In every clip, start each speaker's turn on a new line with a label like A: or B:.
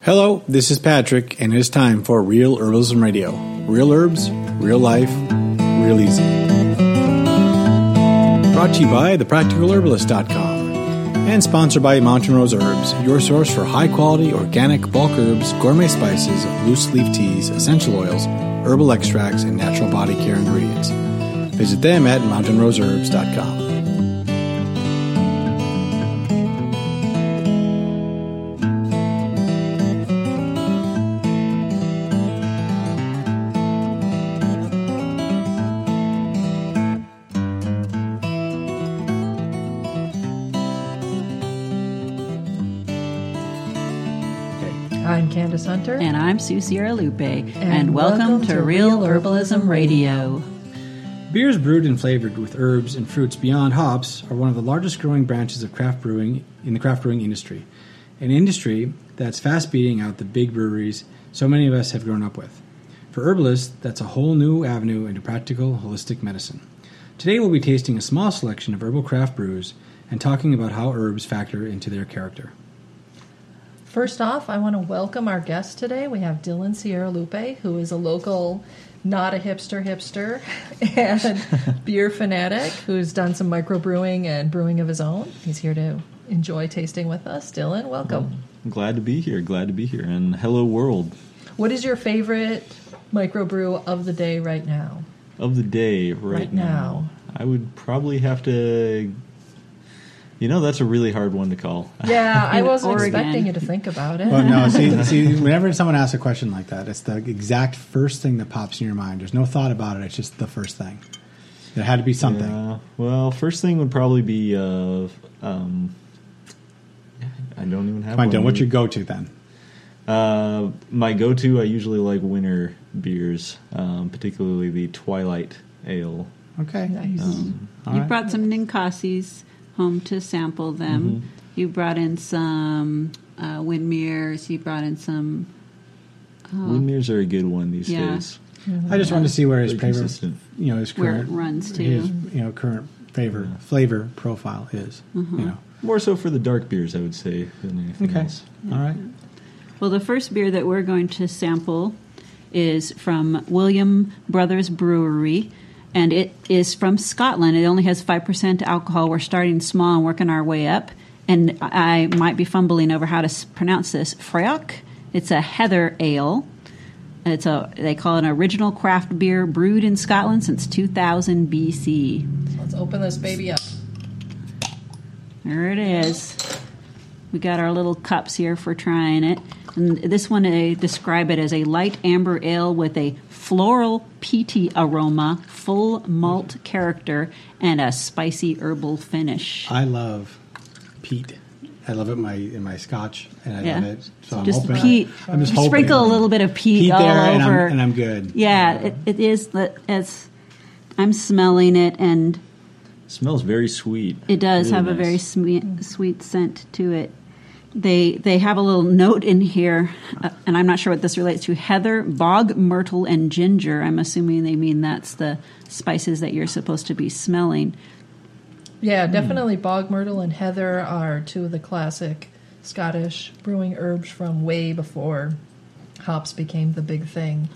A: Hello, this is Patrick, and it is time for Real Herbalism Radio. Real herbs, real life, real easy. Brought to you by thepracticalherbalist.com and sponsored by Mountain Rose Herbs, your source for high quality organic bulk herbs, gourmet spices, loose leaf teas, essential oils, herbal extracts, and natural body care ingredients. Visit them at mountainroseherbs.com.
B: I'm Candace Hunter.
C: And I'm Sue Sierra Lupe, and, welcome, to, Real Herbalism Radio.
A: Beers brewed and flavored with herbs and fruits beyond hops are one of the largest growing branches of craft brewing in the craft brewing industry, an industry that's fast beating out the big breweries so many of us have grown up with. For herbalists, that's a whole new avenue into practical, holistic medicine. Today we'll be tasting a small selection of herbal craft brews and talking about how herbs factor into their character.
B: First off, I want to welcome our guest today. We have Dylan Sierra Lupe, who is a local, not a hipster hipster, and beer fanatic who's done some microbrewing and brewing of his own. He's here to enjoy tasting with us. Dylan, welcome.
D: I'm glad to be here. Glad to be here. And hello, world
B: What is your favorite microbrew of the day right now?
D: of the day right,
B: Right now.
D: I would probably have to. You know, that's a really hard one to call.
B: Yeah, I
C: In
B: wasn't
C: Oregon.
B: expecting you to think about it.
A: Well, no, see, see, whenever someone asks a question like that, it's the exact first thing that pops in your mind. There's no thought about it, it's just the first thing. There had to be something.
D: Yeah. Uh, well, first thing would probably be. Uh, um, I don't even have
A: Come on,
D: one.
A: Dylan, what's your go to then?
D: Uh, my go-to, I usually like winter beers, um, particularly the Twilight Ale.
A: Okay.
B: Nice.
A: All
C: you
A: right.
C: brought some Ninkasis home to sample them. You brought in some uh, Windmere's. You brought in some.
B: Uh-huh.
D: Windmere's are a good one these
C: Yeah.
D: days.
A: I just wanted to see where his
D: Very
A: favorite,
D: consistent.
A: you know, his
C: Where it
A: current
C: runs to.
A: his, you know, current favor flavor profile is.
C: Mm-hmm.
A: You know.
D: More so for the dark beers, I would say, than anything
A: Okay.
D: else.
A: All right.
C: Well, the first beer that we're going to sample is from William Brothers Brewery, and it is from Scotland. It only has 5% alcohol. We're starting small and working our way up. And I might be fumbling over how to s- pronounce this. Freyok. It's a heather ale. It's a they call it an original craft beer brewed in Scotland since 2000 BC.
B: Let's open this baby up.
C: There it is. We got our little cups here for trying it. And this one, they describe it as a light amber ale with a floral peaty aroma, full malt character, and a spicy herbal finish.
A: I love peat. I love it in my in my scotch and I love
C: Yeah.
A: it. So
C: just
A: I'm hoping
C: peat.
A: I'm just,
C: Just
A: hoping.
C: sprinkle a little bit of peat,
A: peat
C: all
A: there and
C: over.
A: I'm, and I'm good.
C: yeah, it, it is. the- It's. I'm smelling it, and
D: Smells very sweet.
C: It does
D: Really
C: have a
D: nice.
C: very
B: Mm.
C: sweet, sweet scent to it. They they have a little note in here, uh, and I'm not sure what this relates to. Heather, bog myrtle, and ginger. I'm assuming they mean that's the spices that you're supposed to be smelling.
B: Yeah, definitely. Bog myrtle and heather are two of the classic Scottish brewing herbs from way before hops became the big thing.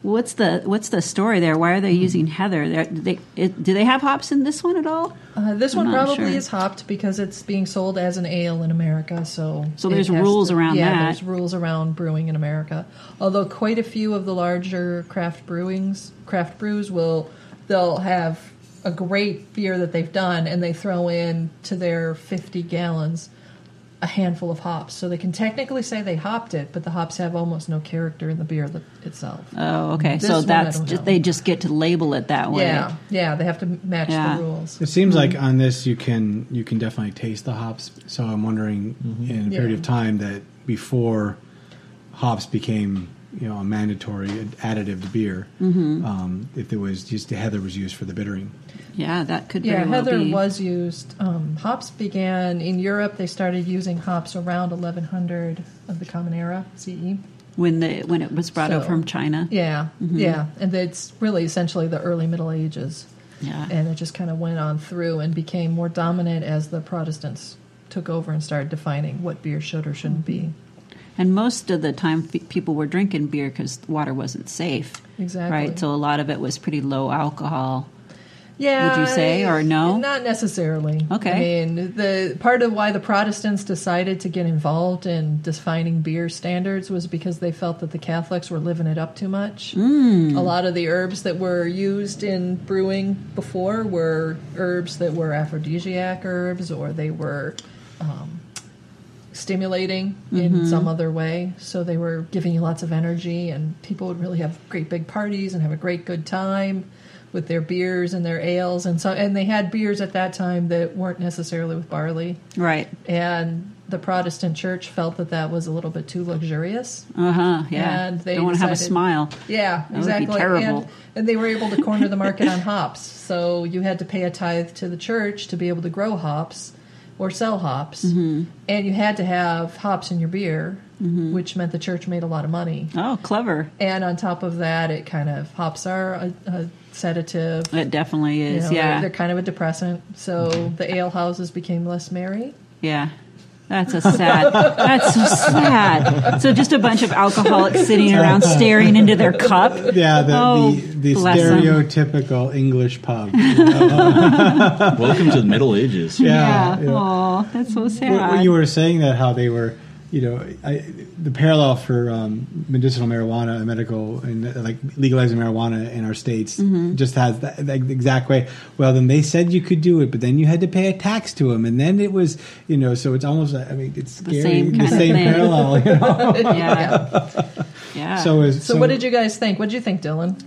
C: What's the what's the story there? Why are
B: Mm.
C: they using heather? They're- They, it, do they have hops in this one at all?
B: Uh, this
C: I'm
B: one
C: not
B: probably
C: sure.
B: is hopped because it's being sold as an ale in America. So,
C: So
B: it
C: there's
B: has
C: rules around
B: yeah,
C: that.
B: There's rules around brewing in America. Although quite a few of the larger craft brewings, craft brews will they'll have a great beer that they've done, and they throw in to their 50 gallons a handful of hops. So they can technically say they hopped it, but the hops have almost no character in the beer that- itself.
C: Oh, okay.
B: This
C: so
B: one I
C: that's
B: don't
C: just,
B: know.
C: they just get to label it that way.
B: yeah, yeah, they have to match
C: Yeah.
B: the rules.
A: It seems like on this you can you can definitely taste the hops. So I'm wondering in a period
B: Yeah.
A: of time that before hops became you know a mandatory additive to beer,
C: Mm-hmm.
A: um, if there was just heather was used for the bittering.
C: Yeah, that could
B: Yeah,
C: very well
B: heather
C: be.
B: was used. Um, hops began in Europe. They started using hops around 1100 of the Common Era E. CE.
C: when the when it was brought
B: So-
C: over from China.
B: Yeah, yeah, Mm-hmm. and it's really essentially the early Middle Ages,
C: Yeah.
B: and it just kind of went on through and became more dominant as the Protestants took over and started defining what beer should or shouldn't be.
C: And most of the time, f- people were drinking beer because water wasn't safe.
B: Exactly.
C: Right? So a lot of it was pretty low alcohol.
B: Yeah.
C: Would you say, or no?
B: Not necessarily.
C: Okay.
B: I mean, the part of why the Protestants decided to get involved in defining beer standards was because they felt that the Catholics were living it up too much. Mm. A lot of the herbs that were used in brewing before were herbs that were aphrodisiac herbs, or they were. Um, Stimulating in some other way, so they were giving you lots of energy, and people would really have great big parties and have a great good time with their beers and their ales and so and they had beers at that time that weren't necessarily with barley
C: Right.
B: and the protestant church felt that that was a little bit too luxurious
C: Uh huh. Yeah.
B: And they
C: Don't want to have a
B: decided-
C: smile.
B: yeah
C: would be
B: exactly
C: terrible.
B: And, and they were able to corner the market on hops so you had to pay a tithe to the church to be able to grow hops or sell hops
C: Mm-hmm.
B: and you had to have hops in your beer which meant the church made a lot of money
C: Oh, clever.
B: and on top of that it kind of hops are a, a sedative
C: It definitely
B: You
C: is.
B: know,
C: yeah.
B: they're, they're kind of a depressant. So the ale houses became less merry.
C: Yeah. That's a sad. that's so sad. So just a bunch of alcoholics sitting around staring into their cup.
A: Yeah, the,
C: Oh,
A: the, the
C: bless 'em.
A: stereotypical English pub.
D: Welcome to the Middle Ages.
A: Yeah.
C: Yeah.
A: yeah.
C: Oh, that's so sad.
A: Well, well, you were saying that how they were, you know, I, the parallel for um, medicinal marijuana and medical and uh, like legalizing marijuana in our states
C: Mm-hmm.
A: just has that, that exact way. Well, then they said you could do it, but then you had to pay a tax to them, and then it was, you know, so it's almost, I mean, it's scary,
C: same kind of thing.
A: parallel. You know?
C: Yeah. yeah.
A: so, is,
B: So, what did you guys think? What did you think, Dylan?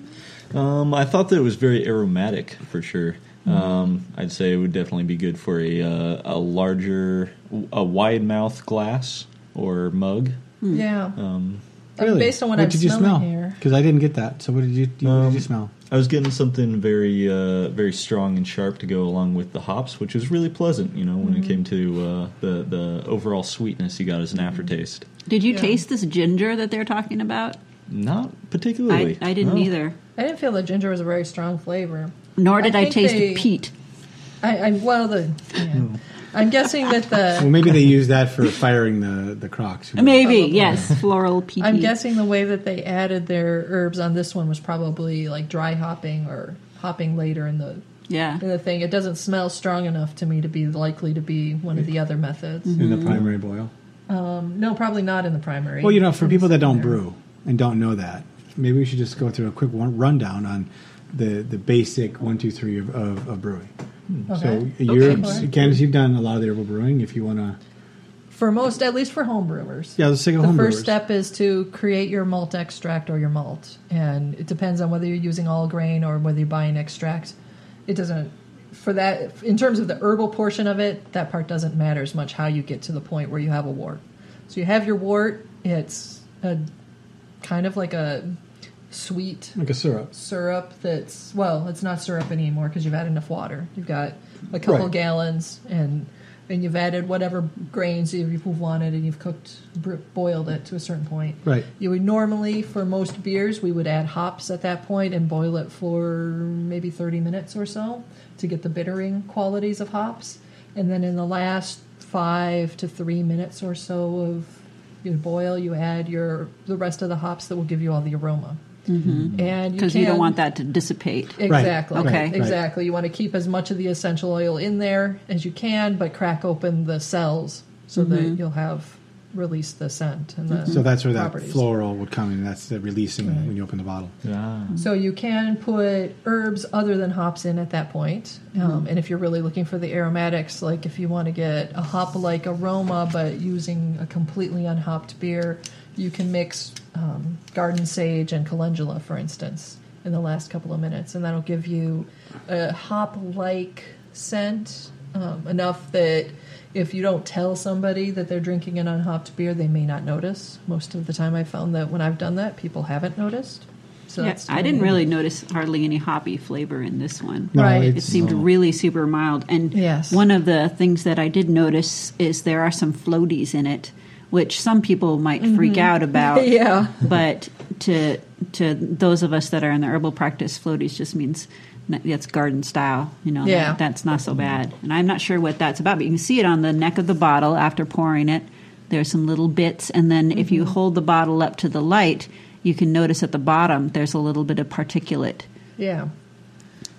D: Um, I thought that it was very aromatic for sure.
C: Hmm.
D: Um, I'd say it would definitely be good for a uh, a larger, a wide mouth glass or mug.
C: Hmm.
B: Yeah.
D: Um,
B: I mean, based on what,
A: what
B: I'm
A: did you
B: smelling
A: smell?
B: here.
A: Because I didn't get that. So what did you, you- what did
D: Um,
A: you smell?
D: I was getting something very uh, very strong and sharp to go along with the hops, which was really pleasant. You know, when
C: Hmm.
D: it came to uh, the the overall sweetness you got as an aftertaste.
C: Did you
B: Yeah.
C: taste this ginger that they're talking about?
D: Not
C: I,
D: particularly.
C: I didn't
D: No.
C: either.
B: I didn't feel the ginger was a very strong flavor.
C: Nor did
B: I
C: I,
B: think
C: taste
B: they-
C: peat.
B: I, I well, the yeah. I'm guessing that
A: Well,
B: the
A: maybe they used that for firing the the crocs.
C: Maybe yes, floral peat.
B: I'm guessing the way that they added their herbs on this one was probably like dry hopping or hopping later in the
C: Yeah.
B: in the thing. It doesn't smell strong enough to me to be likely to be one of the other methods.
A: in the primary boil.
B: No, probably not in the primary.
A: Mm-hmm. Well, you know, for people that don't brew and don't know that, maybe we should just go through a quick one rundown on the, the basic one, two, three of, of, of brewing.
B: Hmm. Okay.
A: So, you're,
B: Okay.
A: Candace, you've done a lot of the herbal brewing. If you want to,
B: for most, at least for home brewers.
A: yeah, let's take a
B: The
A: home brewers.
B: first step is to create your malt extract or your malt, and it depends on whether you're using all grain or whether you buy an extract. It doesn't for that in terms of the herbal portion of it. That part doesn't matter as much how you get to the point where you have a wort. So you have your wort. It's a kind of like a sweet
A: Like a syrup.
B: syrup that's well, it's not syrup anymore because you've had enough water. You've got a couple
A: Right.
B: gallons and and you've added whatever grains you- you've wanted and you've cooked br- boiled it to a certain point.
A: Right.
B: You would normally for most beers we would add hops at that point and boil it for maybe 30 minutes or so to get the bittering qualities of hops and then in the last 5 to 3 minutes or so of your boil you add your the rest of the hops that will give you all the aroma. And
C: because Mm-hmm. you don't
B: can-
C: want that to dissipate.
B: Exactly.
A: Right,
C: Okay. right,
B: Exactly. You want to keep as much of the essential oil in there as you can, but crack open the cells so
C: Mm-hmm.
B: that you'll have released the scent and the
A: So that's where that
B: properties.
A: floral would come in. That's the releasing when you open the bottle.
D: Ah.
B: So you can put herbs other than hops in at that point. Um, and if you're really looking for the aromatics, like if you want to get a hop like aroma but using a completely unhopped beer, you can mix um, garden sage and calendula, for instance, in the last couple of minutes. And that'll give you a hop like scent um, enough that if you don't tell somebody that they're drinking an unhopped beer, they may not notice. Most of the time, I found that when I've done that, people haven't noticed. So
C: Yeah,
B: that's
C: I didn't really notice hardly any hoppy flavor in this one.
A: No,
B: Right.
C: It
A: it's-
C: seemed really super mild. And
B: Yes.
C: one of the things that I did notice is there are some floaties in it, which some people might freak out about.
B: Mm-hmm. Yeah.
C: But to to those of us that are in the herbal practice, floaties just means that- that's garden style. You know,
B: Yeah.
C: that- that's not so bad. And I'm not sure what that's about, but you can see it on the neck of the bottle after pouring it. There's some little bits, and then if
B: Mm-hmm.
C: you hold the bottle up to the light, you can notice at the bottom there's a little bit of particulate.
B: Yeah.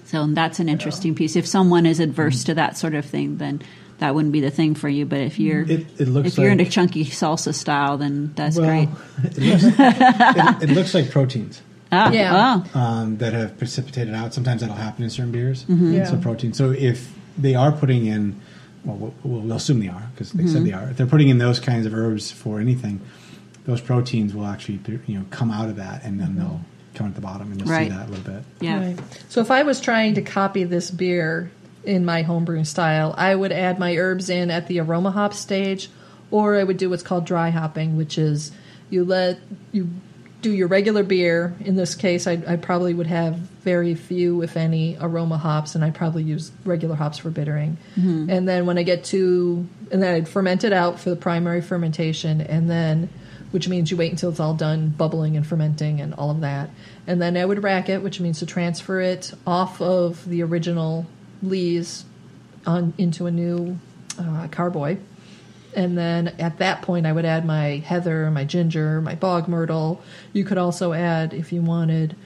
C: So that's an interesting piece. If someone is adverse to that sort of thing, then that wouldn't be the thing for you. But if you're
A: It- it looks
C: if you're
A: like-
C: into chunky salsa style, then that's
A: well,
C: great.
A: it looks, it, it looks like proteins.
C: Ah,
B: Yeah.
C: oh.
A: um, that have precipitated out. Sometimes that'll happen in certain beers.
B: Yeah.
A: So protein. So if they are putting in, well, we'll, we'll assume they are because they said they are. If they're putting in those kinds of herbs for anything, those proteins will actually you know come out of that, and then they'll come at the bottom, and you'll
C: Right.
A: see that a little bit.
C: yeah.
B: Right. So if I was trying to copy this beer in my homebrew style, I would add my herbs in at the aroma hop stage, or I would do what's called dry hopping, which is you let you do your regular beer. In this case, I, I probably would have very few, if any, aroma hops, and I probably use regular hops for bittering.
C: Mm-hmm.
B: And then when I get to, and then I'd ferment it out for the primary fermentation, and then which means you wait until it's all done bubbling and fermenting and all of that. And then I would rack it, which means to transfer it off of the original lees on into a new uh, carboy. And then at that point, I would add my heather, my ginger, my bog myrtle. You could also add, if you wanted,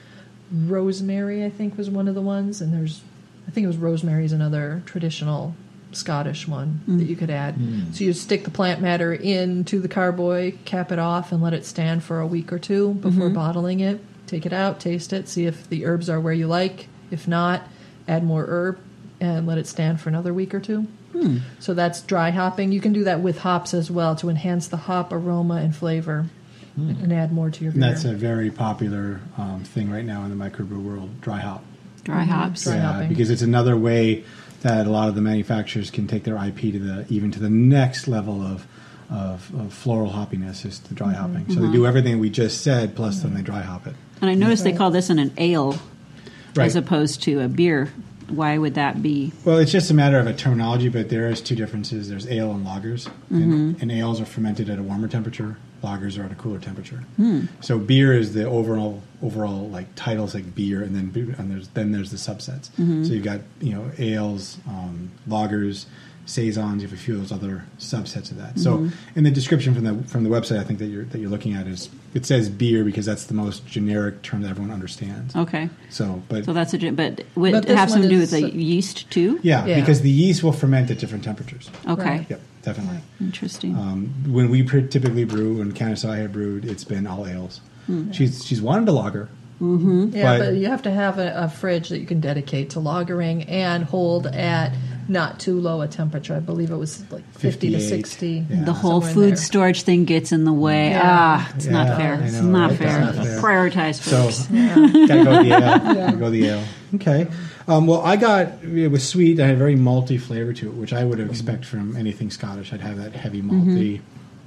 B: rosemary. I think was one of the ones, and there's, I think it was rosemary is another traditional Scottish one that you could add. So you stick the plant matter into the carboy, cap it off, and let it stand for a week or two before bottling it. Take it out, taste it, see if the herbs are where you like. If not, add more herb and let it stand for another week or two.
A: Hmm.
B: So that's dry hopping. You can do that with hops as well to enhance the hop aroma and flavor and add more to your beer.
A: Hmm. And that's a very popular um, thing right now in the microbrew world: dry hop.
C: Dry
B: Mm-hmm.
C: hops.
B: Dry
A: yeah,
B: hopping.
A: because it's another way that a lot of the manufacturers can take their IP to the even to the next level of of, of floral hoppiness is the dry hopping. So they do everything we just said, plus then they dry hop it.
C: And I noticed
B: Right.
C: they call this an, an ale
A: Right.
C: as opposed to a beer. Why would that be?
A: Well, it's just a matter of a terminology, but there is two differences. There's ale and lagers,
C: Mm-hmm.
A: and, and ales are fermented at a warmer temperature. Lagers are at a cooler temperature.
C: Hmm.
A: So beer is the overall overall like titles like beer, and then beer- and there's then there's the subsets.
C: Mm-hmm.
A: So you've got you know ales, um, lagers, saisons. You have a few of those other subsets of that. So
C: Mm-hmm.
A: in the description from the from the website, I think that you're that you're looking at is it says beer because that's the most generic term that everyone understands.
C: Okay.
A: So, but
C: So that's a gen- but would
B: But
C: it
B: this
C: have
B: one
C: something to do with
B: is-
C: the yeast too?
A: yeah,
B: Yeah.
A: because the yeast will ferment at different temperatures.
C: Okay.
B: Right.
A: Yep, definitely.
C: Interesting.
A: Um, when we pr- typically brew, when Candice and I have brewed, it's been all ales. She's she's wanted a lager.
B: Yeah,
A: But-
B: but, you have to have a, a fridge that you can dedicate to lagering and hold at not too low a temperature. I believe it was like 50 to
A: 58,
B: 60.
A: yeah.
C: the whole
B: somewhere in
C: food
B: there.
C: storage thing gets in the way.
B: Yeah.
C: Ah, it's
A: Yeah,
C: not fair.
A: I
C: it's
A: know,
C: not,
A: right?
C: fair.
A: That's not fair.
C: Prioritize
A: So
C: folks.
A: gotta go the ale. Gotta go the ale. Okay. Um, well, I got it was sweet. I had a very malty flavor to it, which I would expect from anything Scottish. I'd have that heavy malty.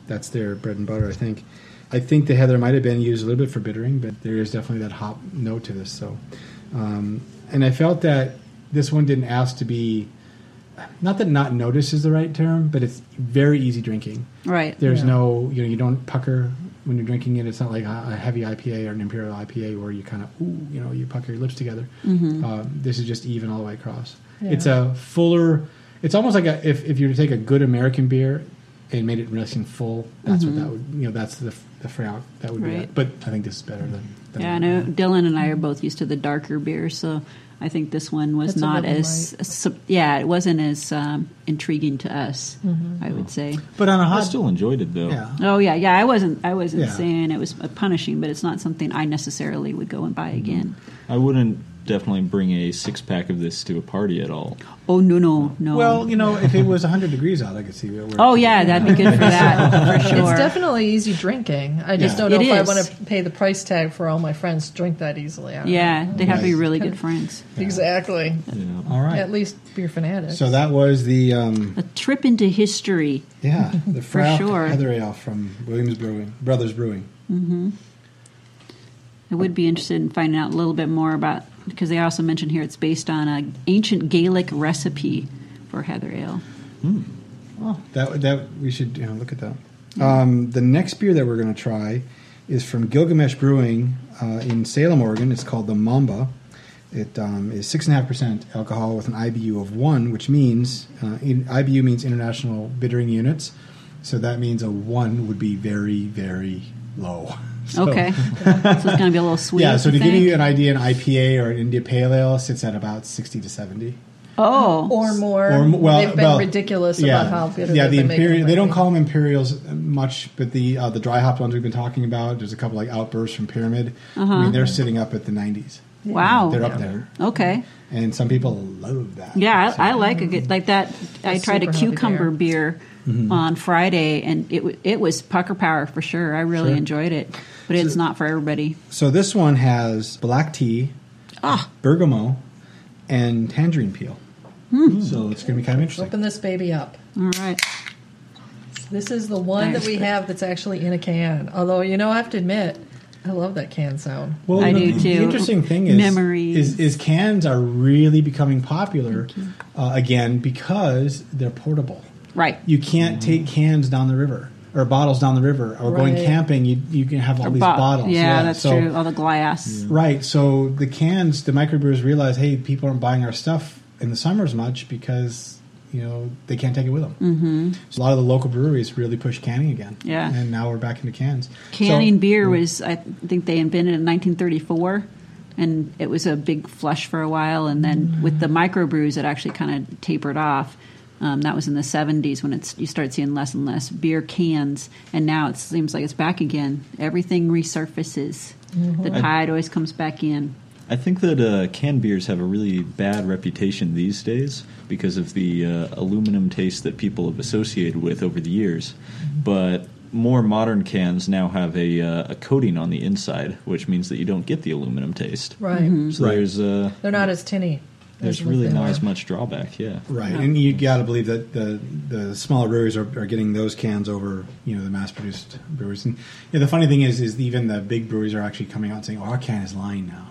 A: That's their bread and butter, I think. I think the heather might have been used a little bit for bittering, but there is definitely that hop note to this. So, um, and I felt that this one didn't ask to be. Not that not notice is the right term, but it's very easy drinking.
C: right.
A: There's
B: Yeah.
A: no, you know, you don't pucker when you're drinking it. It's not like a, a heavy IPA or an imperial IPA where you kind of, ooh, you know, you pucker your lips together.
C: Mm-hmm.
A: Um, this is just even all the way across.
B: Yeah.
A: It's a fuller. It's almost like a, if if you were to take a good American beer and made it nice and full. That's what that would, you know, that's the the frail that would be.
C: Mm-hmm. Right.
A: That. But I think this is better than. than
C: Yeah, I know Dylan and I are both used to the darker beer, so I think this one was
B: That's a
C: not
B: really
C: as su- yeah, it wasn't as um, intriguing to us.
B: Mm-hmm.
C: I would say.
A: But on a
D: I
A: hot,
D: still enjoyed it though.
A: yeah.
C: Oh yeah, yeah. I wasn't. I wasn't
A: Yeah.
C: saying it was uh, punishing, but it's not something I necessarily would go and
A: Mm-hmm.
C: buy again.
D: I wouldn't definitely bring a six pack of this to a party at all.
C: Oh no, no, no.
A: Well, you know, if it was 100 degrees out, I could see where.
C: oh yeah, that'd be good for that for sure.
B: It's definitely easy drinking. I just
A: Yeah.
B: don't know
C: It
B: if I
C: is.
B: want to pay the price tag for all my friends to drink that easily. I don't
C: yeah, they'd have to be
A: Right.
C: really good friends.
B: know. Exactly.
D: You know.
A: All right.
B: At least beer fanatics.
A: So that was the um,
C: A trip into history.
A: Yeah, the
C: For
A: Frau
C: sure.
A: Heather Ale from Williams Brewing Brothers Brewing.
C: I would be interested in finding out a little bit more about because they also mentioned here it's based on an ancient Gaelic recipe for heather ale.
A: Oh, that that we should you know, look at that. Um, the next beer that we're going to try is from Gilgamesh Brewing uh, in Salem, Oregon. It's called the Mamba. It um, is six and a half percent alcohol with an IBU of one, which means uh, in, IBU means International Bittering Units, So that means a one would be very, very low. So-
C: Okay, so it's going to be a little sweet.
A: Oh. Yeah, so to give
C: think?
A: you an idea, an IPA or an India Pale Ale sits at about 60 to 70.
C: oh,
B: or more.
A: Or, m- well,
B: They've been
A: well,
B: ridiculous
A: yeah,
B: about how good.
A: yeah.
B: they've
A: The
B: been making
A: imperial
B: them
A: they don't
B: lately.
A: call them imperials uh, much, but the uh, the dry hop ones we've been talking about. There's a couple like outbursts from Pyramid. I mean, they're sitting up at the 90s.
C: wow.
A: They're up there,
C: Okay.
A: and some people love that.
C: Yeah,
A: So- mm-hmm.
C: I, I like a good like that. I
B: That's
C: tried a
B: super healthy
C: cucumber beer on Friday, and it w- it was pucker power for sure. I really
A: Sure.
C: enjoyed it, but it's not for everybody.
A: So this one has black tea, bergamot, and tangerine peel. So it's going to be kind of interesting.
B: Open this baby up.
C: All right,
B: This is the one that we have that's actually in a can. Although you know, I have to admit, I love that can sound.
A: Well,
C: I
A: the,
C: do,
A: the
C: too.
A: interesting thing is,
C: Memories.
A: is is cans are really becoming popular uh, again because they're portable.
C: right.
A: You can't
C: Mm-hmm.
A: take cans down the river or bottles down the river or going
B: Right.
A: camping. You you can have all these
C: Bo-
A: bottles.
C: Yeah, that's
A: so,
C: true. All the glass.
A: Right. So the cans, the microbrewers realize, hey, people aren't buying our stuff in the summers much because you know they can't take it with them. Mm-hmm. So a lot of the local breweries really push canning again.
C: Yeah.
A: And now we're back into cans. So-
C: Canning beer was, I think they invented in 1934, and it was a big flush for a while. And
A: Mm.
C: then with the microbrews, it actually kind of tapered off. Um, that was in the 70s when it's you start seeing less and less beer cans, and now it seems like it's back again. Everything resurfaces.
A: Mm-hmm.
C: The tide always comes back in.
D: I think that uh, canned beers have a really bad reputation these days because of the uh, aluminum taste that people have associated with over the years. But more modern cans now have a, uh, a coating on the inside, which means that you don't get the aluminum taste.
B: Right.
C: Mm-hmm.
D: So
A: Right.
D: there's uh,
B: They're not as tinny.
D: there's
B: as
D: really
B: they
D: not
B: were.
D: as much drawback. Yeah.
A: Right, and you got to believe that the the smaller breweries are, are getting those cans over you know the mass produced breweries. And yeah, the funny thing is, is even the big breweries are actually coming out and saying, "Oh, our can is lying now."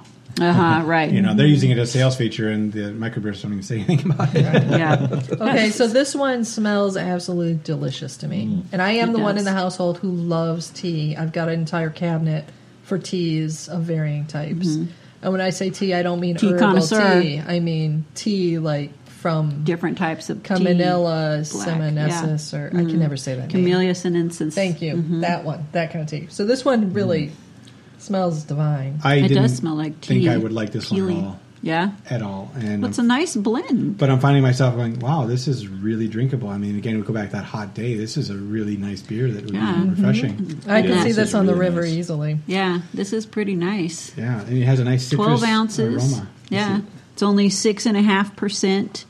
C: Uh huh. Right.
A: You know, they're using it as a sales feature, and the microbrews don't even say anything about it.
C: Yeah.
B: Okay, so this one smells absolutely delicious to me.
A: Mm.
B: And I am
C: It
B: the one
C: does.
B: in the household who loves tea. I've got an entire cabinet for teas of varying types. And when I say tea, I don't mean
C: Mm-hmm. Tea
B: herbal
C: connoisseur.
B: tea. I mean tea like from
C: Different types of
B: Camellia
C: tea, black,
B: seminescus, or I can never say that
C: yeah.
B: name.
C: Camellia Mm-hmm. sinensis.
B: Thank you. That one, that kind of tea. So this one really
C: Mm-hmm.
B: smells divine.
A: I
C: It
A: didn't
C: does smell like tea.
A: think I would like this
C: Peely.
A: one
C: Yeah.
A: at all, at all. And
C: Well, it's a nice blend.
A: but I'm finding myself going, "Wow, this is really drinkable." I mean, again, we go back to that hot day. This is a really nice beer that would
C: Yeah. mm-hmm.
A: be refreshing.
B: I can
D: Yeah,
B: see
D: this
B: this
D: is
B: on the
D: really
B: river
D: nice.
B: easily.
C: Yeah, this is pretty nice.
A: Yeah, and it has a nice citrus
C: 12 ounces.
A: aroma.
C: Yeah, it's only 6.5%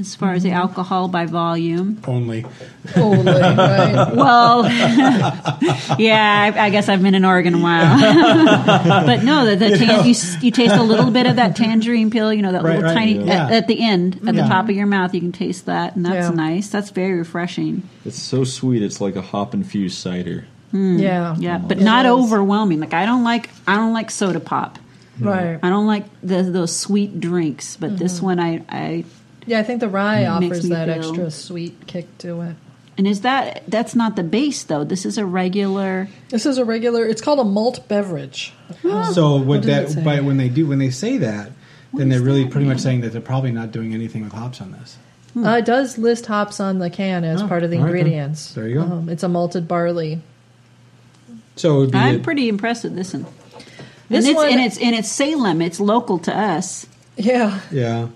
C: as far as the
A: Mm-hmm.
C: alcohol by volume.
A: Only
B: Totally, right?
C: Well, yeah, I, I guess I've been in Oregon a while. but no, the, the tan- you, s- you taste a little bit of that tangerine peel, you know, that
A: Right,
C: little
A: right,
C: tiny,
A: yeah.
C: at, at the end, at the
A: Yeah.
C: top of your mouth, you can taste that, and that's
B: Yeah.
C: nice. That's very refreshing.
D: It's so sweet. It's like a hop infused cider.
B: Yeah.
C: Mm.
A: Oh,
C: Yeah, but
B: It
C: not
B: is.
C: overwhelming. Like I don't like I don't like soda pop.
B: Right.
C: I don't like the, those sweet drinks, but
B: Mm-hmm.
C: this one I, I
B: Yeah, I think the rye
C: makes
B: offers
C: me
B: that
C: feel-
B: extra sweet kick to it.
C: And is that that's not the base though? This is a regular.
B: This is a regular. It's called a malt beverage.
A: So
B: What
A: what
B: does it say?
A: that but when they do when they say that, then they're
C: does
A: really
C: that
A: pretty much saying that they're probably not doing anything with hops on this.
B: Uh, it does list hops on the can as
A: Oh,
B: part of the
A: all right then.
B: ingredients.
A: There you go.
B: Um, it's a malted barley.
A: So it would be
C: I'm pretty impressed with this one.
B: This
C: and it's
B: one-
C: and it's and it's Salem. It's local to us.
B: Yeah,
A: yeah.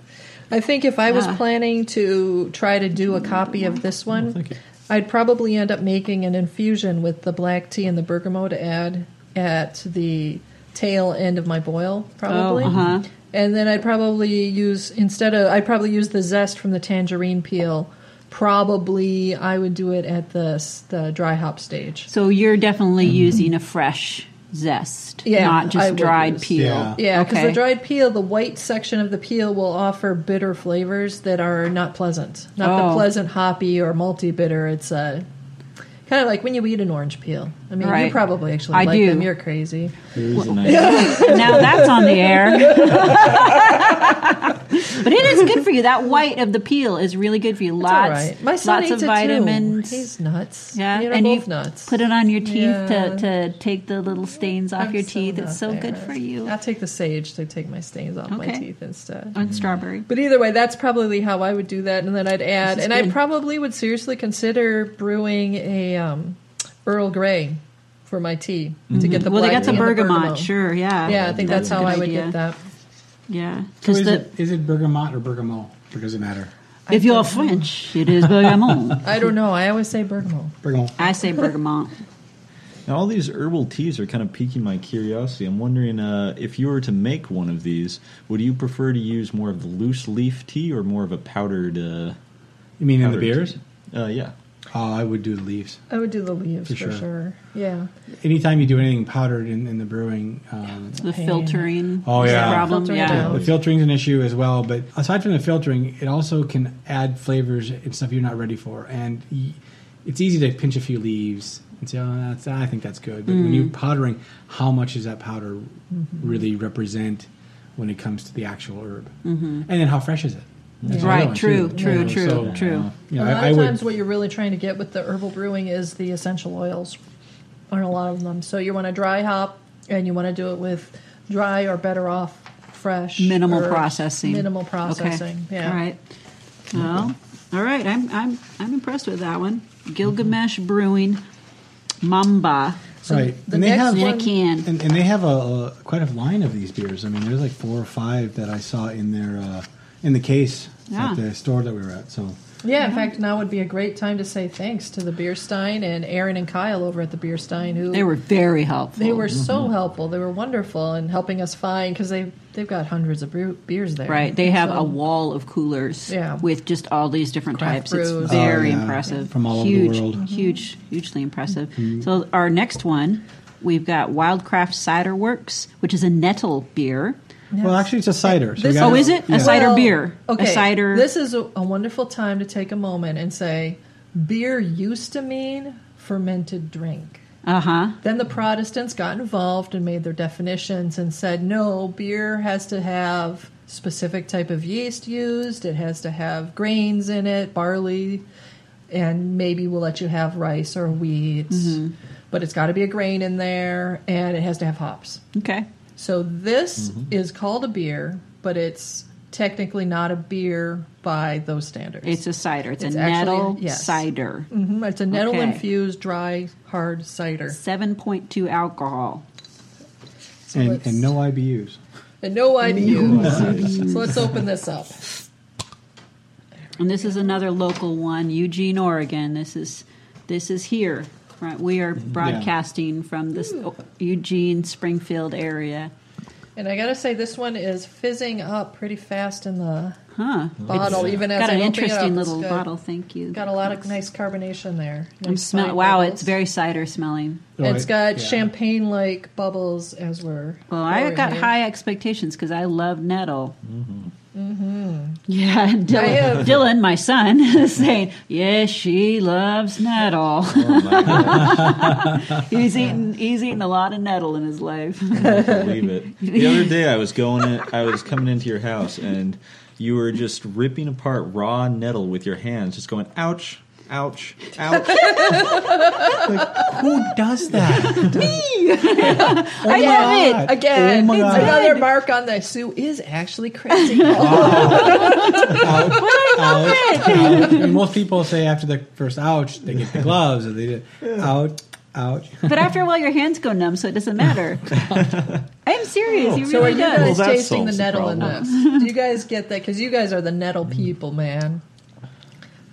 B: I think if I was
C: Ah.
B: planning to try to do a copy of this one,
D: thank you.
B: I'd probably end up making an infusion with the black tea and the bergamot to add at the tail end of my boil, probably.
C: Oh, uh-huh.
B: And then I'd probably use instead of I'd probably use the zest from the tangerine peel. Probably I would do it at the s- the dry hop stage.
C: So you're definitely using a fresh zest,
B: Yeah,
C: not
B: I
C: just
B: would
C: dried
B: use-
C: peel.
A: Yeah.
B: Yeah, because
C: okay.
B: the dried peel, the white section of the peel will offer bitter flavors that are not pleasant. Not the
C: Oh.
B: pleasant hoppy or malty bitter. It's a Kind of uh, like when you eat an orange peel. I mean, you
C: Right.
B: probably actually
C: I
B: like
C: do.
B: them. You're crazy.
D: There is a nice.
C: now that's on the air. but it is good for you. That white of the peel is really good for you.
B: It's
C: Lots,
B: all right. My son
C: lots
B: eats
C: of
B: it
C: vitamins.
B: too. He's nuts.
C: yeah,
B: You're
C: and
B: both
C: you
B: nuts.
C: put it on your teeth
B: Yeah.
C: to, to take the little stains off
B: I'm
C: your
B: so
C: teeth.
B: not
C: It's so good
B: there.
C: for you.
B: I'll take the sage to take my stains off my
C: Okay.
B: teeth instead.
C: and strawberry.
B: But either way, that's probably how I would do that, and then I'd add,
C: This is
B: and I
C: good.
B: probably would seriously consider brewing a um, Earl Grey for my tea to get the
C: well, they
B: black
C: got the
B: tea and
C: bergamot,
B: bergamot.
C: sure, yeah.
B: Yeah, I think Mm-hmm. that's,
C: a
B: how
C: good
B: I would
C: idea.
B: get that.
C: Yeah,
A: So
C: because
A: is it, is it bergamot or bergamot? Or does it matter?
C: if you're French, it is bergamot.
B: I don't know. I always say bergamot.
A: Bergamot.
C: I say bergamot.
D: Now, all these herbal teas are kind of piquing my curiosity. I'm wondering uh, if you were to make one of these, would you prefer to use more of the loose leaf tea or more of a powdered? Uh,
A: You mean in the
D: powdered
A: beers?
D: tea? Uh, yeah.
A: Oh, I would do the leaves.
B: I would do the leaves
A: For
B: for,
A: sure.
B: sure. Yeah,
A: Anytime you do anything powdered in, in the brewing, um,
C: The
B: Pain.
C: filtering
A: Oh, yeah.
C: problem.
B: Filtering
C: yeah.
B: down.
A: the filtering's an issue as well. But aside from the filtering, it also can add flavors and stuff you're not ready for. And y- it's easy to pinch a few leaves and say, "Oh, that's, I think that's good." But when you're
C: Mm-hmm.
A: powdering, how much does that powder really represent when it comes to the actual herb? Mm-hmm. And then how fresh is it? That's another
C: Right,
A: one,
C: true,
A: too.
C: true,
A: You know,
C: true,
A: so,
C: true.
A: you know,
B: a lot
A: I, I
B: of
A: would,
B: times, what you're really trying to get with the herbal brewing is the essential oils on a lot of them. So you want to dry hop, and you want to do it with dry or better off fresh,
C: Minimal
B: herbs.
C: processing.
B: minimal
C: Okay.
B: processing. Yeah,
C: All right. Well, all right. I'm I'm I'm impressed with that one. Gilgamesh Brewing, Mamba
B: So
A: right.
B: the
A: and they
B: next
A: have
C: in a
B: one-
C: can.
A: And, and they have a, a quite a line of these beers. I mean, there's like four or five that I saw in their uh, in the case
C: Yeah.
A: at the store that we were at. So
B: Yeah, in fact, now would be a great time to say thanks to the Beer Stein and Aaron and Kyle over at the Beer Stein who
C: They were very helpful. Mm-hmm.
B: they were so helpful. They were wonderful in helping us find because they they've got hundreds of brew, beers there.
C: right. They have
B: So-
C: a wall of coolers
B: Yeah.
C: with just all these different
B: Craft
C: types. It's
B: brews. Mm-hmm. Oh,
C: very
A: yeah.
C: impressive.
A: From all over the
C: huge,
A: world. Mm-hmm. Mhm.
C: Huge, hugely impressive. So our next one, we've got Wildcraft Cider Works, which is a nettle beer.
A: well, actually, it's a cider. So we
B: This-
A: gotta-
C: Oh, is it? A
A: Yeah.
C: cider beer. A
B: Okay,
C: cider-
B: This is a, a wonderful time to take a moment and say, beer used to mean fermented drink.
C: Uh huh.
B: Then the Protestants got involved and made their definitions and said, no, beer has to have specific type of yeast used. It has to have grains in it, barley, and maybe we'll let you have rice or wheat,
C: Mm-hmm.
B: but it's got to be a grain in there, and it has to have hops.
C: Okay.
B: So this
C: Mm-hmm.
B: is called a beer, but it's technically not a beer by those standards.
C: It's a cider. It's,
B: It's
C: a
B: actually-
C: nettle
B: yes.
C: cider.
B: Mhm, it's a nettle
C: Okay.
B: infused dry hard cider.
C: 7.2 alcohol.
A: and, and no IBUs.
B: And no IBUs. so let's open this up.
C: And this is another local one, Eugene, Oregon. This is this is here. Right, we are broadcasting from this Eugene, Springfield area.
B: And I gotta say, this one is fizzing up pretty fast in the
C: Huh?
B: bottle, even as
C: Got
B: I'm opening it
C: an
B: up.
C: interesting
B: It's
C: little
B: good.
C: bottle. Thank you.
B: Got a lot of nice carbonation there.
C: I'm
B: Nice
C: smell.
B: fine
C: Wow,
B: bubbles.
C: it's very cider smelling.
B: It's got
A: Yeah.
B: champagne like bubbles as we're.
C: Well, I
B: pouring
C: got
B: it.
C: high expectations because I love nettle. Mm-hmm. Yeah, Dylan,
B: Mm-hmm. have-
C: Dylan, my son, is saying, "Yes, she loves nettle."
D: Oh my god!
C: he's eating. He's eaten a lot of nettle in his life.
D: I can't believe it. The other day, I was going. In, I was coming into your house, and you were just ripping apart raw nettle with your hands, just going, "Ouch, ouch, ouch."
A: Who does that?
C: I love it.
B: Again,
A: Oh my
B: it's
A: God.
B: another mark on the Sue is actually crazy.
A: ouch, ouch. And most people say after the first ouch, they get the gloves, or they did ouch, ouch.
C: But after a while, your hands go numb, so it doesn't matter. I'm serious. You
B: so are
C: really
B: you
C: does.
B: guys
D: Well, that
B: tasting the
D: solves the
B: nettle in
D: problem.
B: this? Do you guys get that? Because you guys are the nettle people, man.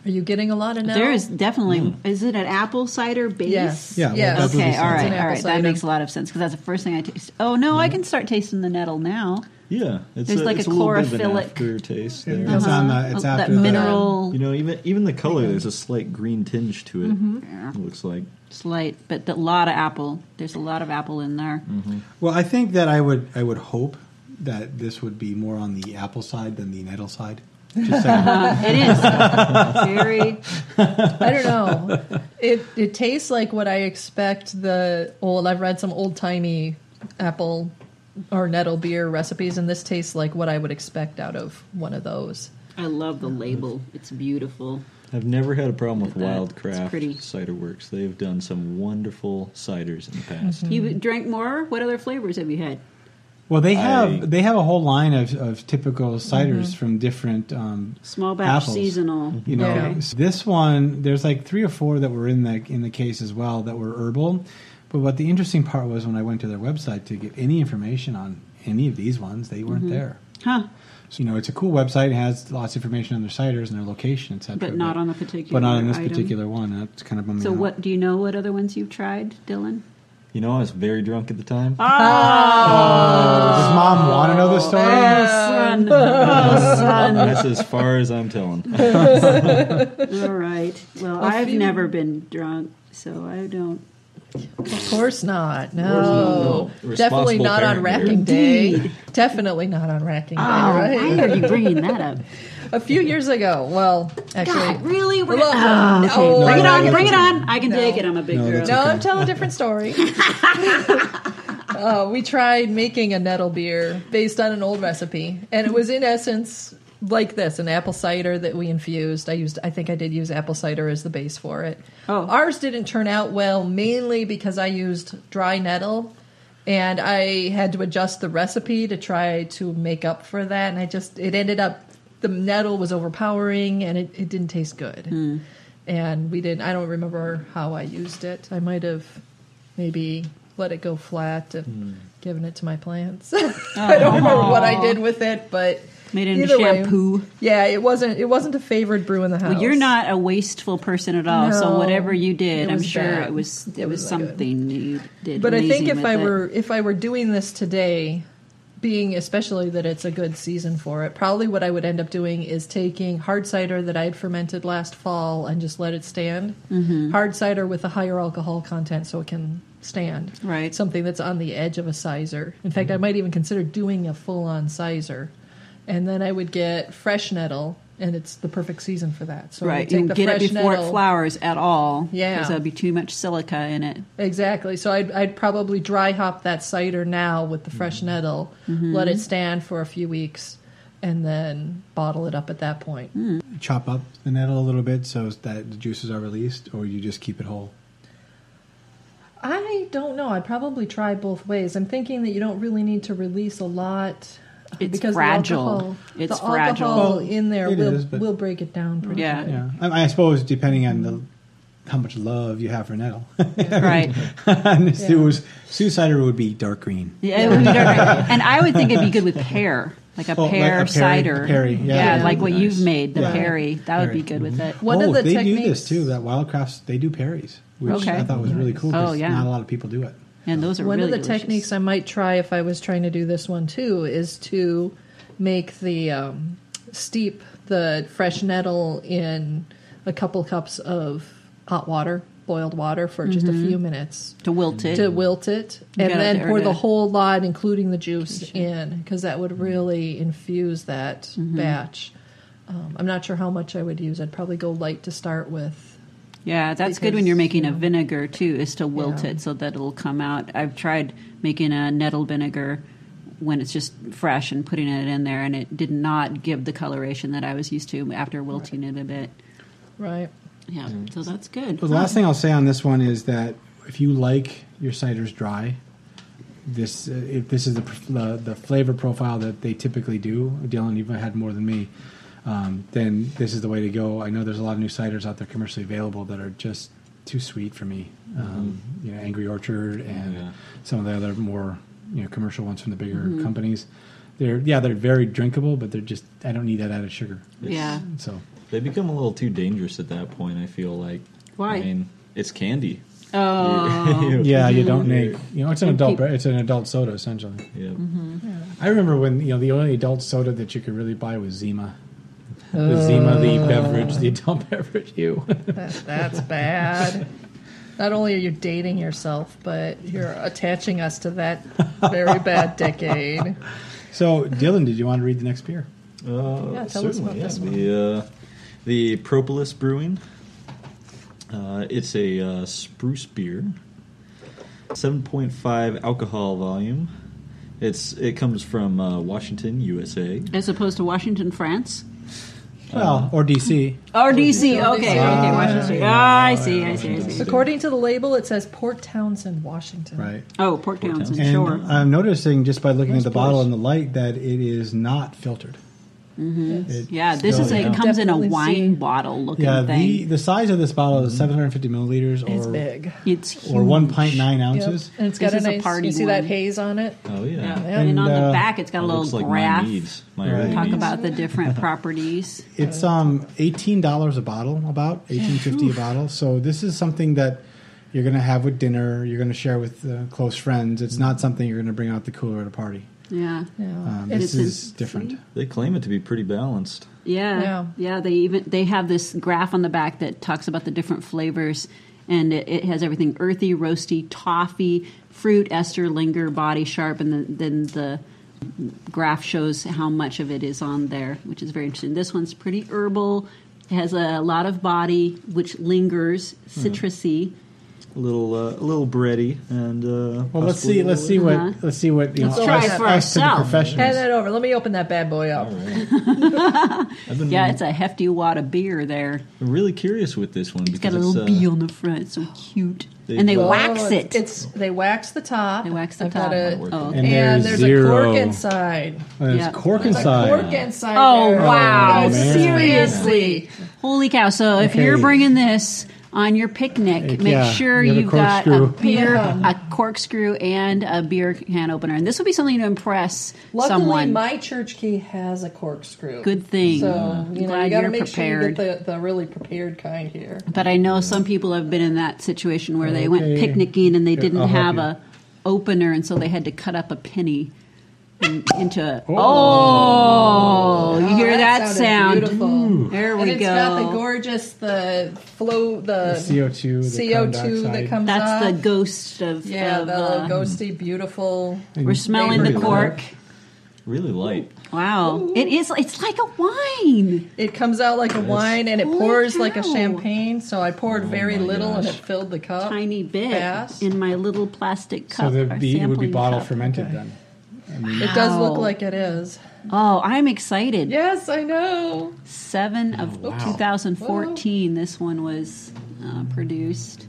B: Are you getting a lot of nettle?
C: There is definitely.
D: Mm.
C: Is it an apple cider base?
B: yes,
A: Yeah, well,
B: yes.
A: that's what
C: Okay.
A: It's
C: All
A: an
C: right.
B: apple
C: All right. That
B: cider.
C: makes a lot of sense because that's the first thing I taste. Oh no,
A: Mm-hmm.
C: I can start tasting the nettle now.
D: Yeah, it's
C: There's
D: a,
C: like
D: it's
C: a
D: little bit of an
C: chlorophyllic-
D: aftertaste there.
A: It's on the. It's
C: Oh, that
A: after the- um,
C: mineral
D: You know, even even the color, there's a slight green tinge to it.
C: Mm-hmm.
D: It looks like.
C: slight, but a lot of apple. There's a lot of apple in there.
A: Mm-hmm. Well, I think that I would I would hope that this would be more on the apple side than the nettle side.
E: Just saying.
C: Uh, It is very
B: I don't know. It it tastes like what I expect the old. I've read some old timey apple or nettle beer recipes, and this tastes like what I would expect out of one of those.
C: I love the label. It's beautiful.
D: I've never had a problem with
C: Look at that.
D: Wild
C: It's
D: Craft
C: pretty.
D: Cider Works. They've done some wonderful ciders in the past.
C: You
A: Mm-hmm.
C: drank more? What other flavors have you had?
A: Well, they have
D: I-
A: they have a whole line of, of typical ciders
C: Mm-hmm.
A: from different um,
C: Small batch
A: Apples. Mm-hmm.
C: seasonal.
A: you know
B: Yeah.
A: s- this one there's like three or four that were in the in the case as well that were herbal but what the interesting part was when i went to their website to get any information on any of these ones they weren't
C: Mm-hmm.
A: there
C: Huh.
A: so you know it's a cool website it has lots of information on their ciders and their location etc
C: But not on the particular
A: but not on this
C: item.
A: particular one that's kind of bumming
C: So
A: out.
C: what do you know what other ones you've tried, Dylan?
D: You know, I was very drunk at the time.
C: Ah.
A: does mom want to know the story
C: Oh son. Oh son.
D: That's as far as I'm telling.
C: All right. Well, I've never been drunk, so I don't
B: Of course not. No,
D: No.
B: definitely
D: Responsible
B: not on
D: parent
B: racking day.
C: Indeed.
B: Definitely not on racking day.
C: Oh,
B: right?
C: why are you bringing that up?
B: A few years ago. Well, actually,
C: God, really? We're
B: Well,
C: gonna-
B: no,
C: oh,
B: no,
C: okay, bring it
B: no,
C: on,
B: no.
C: bring it on. I can
B: No.
C: take it. I'm a big
A: No,
C: girl.
A: that's
B: No,
A: Okay.
B: I'm telling a different story. uh, we tried making a nettle beer based on an old recipe, and it was in essence like this: an apple cider that we infused. I used, I think, I did use apple cider as the base for it.
C: Oh.
B: Ours didn't turn out well, mainly because I used dry nettle. And I had to adjust the recipe to try to make up for that. And I just, it ended up, the nettle was overpowering and it, it didn't taste good and we didn't i don't remember how i used it i might have maybe let it go flat and given it to my plants
C: Oh.
B: i don't remember what i did with it but
C: Made it into
B: either way-
C: shampoo.
B: yeah it wasn't it wasn't a favored brew in the house
C: Well, you're not a wasteful person at all. So
B: No.
C: whatever you
B: It
C: did, I'm
B: was
C: sure
B: bad.
C: it was it,
B: It
C: was,
B: was not good.
C: something you did.
B: but i think
C: amazing
B: if
C: with
B: i
C: it.
B: were if i were doing this today being especially that it's a good season for it probably what i would end up doing is taking hard cider that i had fermented last fall and just let it stand
C: Mm-hmm.
B: hard cider with a higher alcohol content so it can stand
C: Right. Mm-hmm.
B: something that's on the edge of a sizer in fact i might even consider doing a full-on sizer and then i would get fresh nettle and it's the perfect season for that so I would
C: right,
B: take
C: you
B: the
C: get it
B: fresh
C: before
B: nettle.
C: it flowers at all.
B: Yeah.
C: because there'll be too much silica in it.
B: Exactly. So I'd, I'd probably dry hop that cider now with the
E: Mm-hmm.
B: fresh nettle, let it stand for a few weeks, and then bottle it up at that point.
E: Mm. Chop up the nettle a little bit so that the juices are released, or you just keep it whole.
B: I don't know. I'd probably try both ways. I'm thinking that you don't really need to release a lot uh,
C: It's
B: because
C: fragile.
B: the alcohol,
C: It's
B: the
C: fragile.
B: alcohol
E: Well,
B: in there
E: it
B: will,
E: is, but-
B: will break it down pretty
C: Yeah.
B: good.
E: Yeah, I, I suppose depending on the how much love you have for nettle.
C: Right.
E: and this,
B: Yeah.
E: it was Sioux cider would be dark green.
C: Yeah, it would be dark. and I would think it'd be good with pear, like a
E: Oh, like a
C: pear
E: pear-
C: cider.
E: perry, yeah. Yeah,
C: like what you've made, the
E: Yeah.
C: perry. That would be
E: Perry.
C: good with it.
B: One
E: oh,
B: of the
E: they
B: techniques,
E: do this too. That Wildcrafts they do parries, which
C: Okay.
E: I thought was really cool. 'cause
C: Oh, yeah.
E: not a lot of people do it.
C: And those are
B: one
C: really
B: of the
C: delicious.
B: techniques I might try if I was trying to do this one too is to make the um, steep the fresh nettle in a couple cups of hot water, boiled water for just a few minutes
C: to wilt it.
B: to wilt it,
C: Mm-hmm. You
B: and
C: gotta
B: then
C: do
B: pour
C: it.
B: the whole lot, including the juice, in because that
C: Mm-hmm.
B: would really infuse that batch. Um, I'm not sure how much I would use. I'd probably go light to start with.
C: Yeah, that's good when
B: Because,
C: you're making
B: you
C: a
B: know.
C: vinegar too, is to wilt
B: Yeah.
C: it so that it'll come out. I've tried making a nettle vinegar when it's just fresh and putting it in there, and it did not give the coloration that I was used to after wilting it a bit.
B: Right.
C: Yeah,
B: Mm.
C: so that's good.
E: But the last thing I'll say on this one is that if you like your ciders dry, this uh, if this is the pr- the, the flavor profile that they typically do. Dylan, you've had more than me. Um, then this is the way to go. I know there's a lot of new ciders out there commercially available that are just too sweet for me. Um, you know, Angry Orchard and
D: Yeah.
E: some of the other more you know commercial ones from the bigger companies. They're yeah, they're very drinkable, but they're just I don't need that added sugar.
C: yeah,
E: So
D: They become a little too dangerous at that point, I feel like.
C: Why?
D: I mean, it's candy.
C: Oh.
E: yeah, you don't make you know it's an adult
C: people-
E: bre- it's an adult soda essentially.
D: Yeah.
C: Mm-hmm.
E: I remember when you know the only adult soda that you could really buy was Zima. The Zima, the beverage, the adult beverage. You.
B: That, that's bad. Not only are you dating yourself, but you're attaching us to that very bad decade.
E: so, Dylan, did you want to read the next beer?
D: Uh,
B: Yeah, tell us
D: certainly,
B: about this one.
D: The, uh, the Propolis Brewing. Uh, it's a uh, spruce beer, 7.5 alcohol volume. It's It comes from uh, Washington, USA.
C: as opposed to Washington, France.
A: Well, or DC.
C: Or DC.
B: Oh,
C: Okay, okay,
B: DC.
C: Washington. State. Ah, I see, I see, I see.
B: According to the label, it says Port Townsend, Washington.
E: right?
C: Oh, Port Townsend.
E: And uh,
C: Sure.
E: I'm noticing just by looking at the
C: Nice
E: bottle
C: place.
E: and the light that it is not filtered. It-
C: Yeah, this
E: so,
C: is a
E: yeah.
C: it comes in a
B: Definitely
C: wine
B: see.
C: bottle looking
E: yeah. The,
C: thing.
E: the size of this bottle is 750 milliliters,
B: It's
E: or
B: big.
C: it's huge.
E: or one pint nine ounces.
B: Yep. And it's
C: This
B: got a
C: is a
B: nice.
C: party
B: you see that
C: one.
B: haze on it?
D: Oh,
C: Yeah.
D: yeah.
C: And, on
E: Uh, And, uh,
C: the back, it's got a
D: It
C: little
D: looks like
C: graph.
D: my needs. My
E: Right.
D: early
C: Talk
D: needs.
C: about the different properties.
E: It's um eighteen dollars a bottle, about eighteen fifty a bottle. So this is something that you're going to have with dinner. You're going to share with uh, close friends. It's not something you're going to bring out the cooler at a party.
C: Yeah.
B: Yeah.
E: Um,
B: It's
E: this
C: It's
E: is different.
D: They claim it to be pretty balanced.
C: Yeah,
B: Yeah.
C: yeah, They even they have this graph on the back that talks about the different flavors, and it, it has everything: earthy, roasty, toffee, fruit, ester, linger, body sharp, and then, then the graph shows how much of it is on there, which is very interesting. This one's pretty herbal. It has a lot of body, which lingers, citrusy.
D: A little, uh, a little bready, and uh,
E: Well, let's
D: possibly
E: see.
D: a
E: Let's see
D: little-
E: what.
C: Uh-huh.
E: Let's see what you
B: Let's
E: know.
B: try
E: us,
B: it for
E: us to the
C: ourselves.
E: professionals.
B: Hand that over. Let me open that bad boy up.
D: All right. I've been
C: Yeah, it's a hefty wad of beer there.
D: really curious with this one
C: It's got
D: because
C: a little
D: it's,
C: bee
D: uh,
C: on the front. It's so cute,
D: They
C: and they
D: will-
C: wax
B: Oh,
C: it.
B: It's they wax the top.
C: they wax the
B: I've
C: top.
B: Got a,
D: Might work.
C: oh, okay.
E: And there's
B: and there's a
A: zero.
B: cork inside.
E: There's
C: Yeah.
E: cork
B: There's
E: inside.
B: a cork inside.
C: Oh,
B: there.
C: wow.
B: Guys,
E: man.
B: Seriously.
C: Holy cow! So if
E: Okay.
C: you're bringing this on your picnic,
E: Heck
C: make
E: yeah.
C: sure
E: You have a
C: you've got a
E: corkscrew.
C: beer,
B: Yeah.
C: a corkscrew, and a beer can opener. And this would be something to impress
B: Luckily,
C: someone.
B: my church key has a corkscrew.
C: Good thing.
B: So you know
C: Glad
B: you got to
C: you're
B: make
C: prepared.
B: sure you get the, the really prepared kind here.
C: but I know some people have been in that situation where they went
E: Okay.
C: picnicking and they
E: Good.
C: didn't
E: I'll help
C: have
E: you.
C: a opener, and so they had to cut up a penny in- into. a- Oh, you hear that,
B: Oh, sounded
C: sound?
B: Beautiful.
C: There
B: and
C: we
B: it's
C: go.
B: got the gorgeous the flow the
E: CO2, the carbon
B: CO2 that
E: dioxide.
B: comes off.
C: That's the ghost of.
B: yeah
C: of,
B: the
C: uh,
B: ghosty beautiful
C: We're smelling the
B: Pretty
C: cork.
D: really light.
C: Wow. It is it's like a wine.
B: it comes out like a wine and it
C: Holy
B: pours like a
C: cow.
B: champagne so I poured very
D: my
B: little and it
D: gosh.
B: filled the cup
C: Tiny bit
B: fast.
C: in my little plastic
E: So
C: cup.
E: the,
C: or
E: the, it would be
C: sampling
E: bottle
C: cup.
E: fermented then.
B: it does look
C: Wow.
B: like it is
C: Oh, I'm excited.
B: yes I know
C: 7 of
B: Oh,
E: wow.
C: 2014 this one was uh, produced.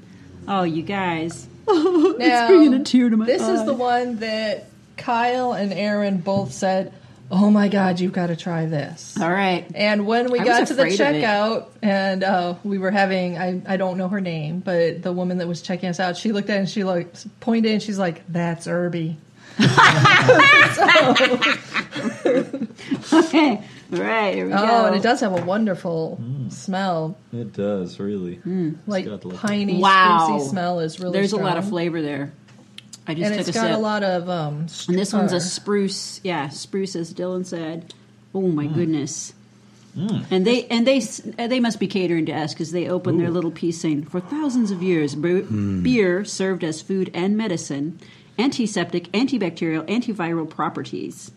C: Oh, you guys.
B: Now,
C: bringing a tear to my
B: This is
C: eye.
B: the one that Kyle and Aaron both said, "Oh my God, you've got to try this."
C: All right.
B: And when we
C: I was
B: got to the
C: afraid of it.
B: checkout, and uh, we were having, I, I don't know her name, but the woman that was checking us out, she looked at it and she like pointed and she's like, that's Irby.
C: Okay. All right. Here we go.
B: Oh, and it does have a wonderful smell.
D: It does really.
C: Hmm,
B: Like
D: got like a-
B: piney,
C: Wow.
B: sprucey smell is really
C: There's a lot of
B: strong.
C: flavor there. I just
B: And
C: took
B: it's
C: a
B: got
C: sip.
B: a lot of. Um,
C: and this one's
B: star.
C: a spruce. Yeah, spruce as Dylan said. Oh my goodness. And they and they s- uh, they must be catering to us because they open their little piece saying, "For thousands of years, bre- beer served as food and medicine, antiseptic, antibacterial, antiviral properties."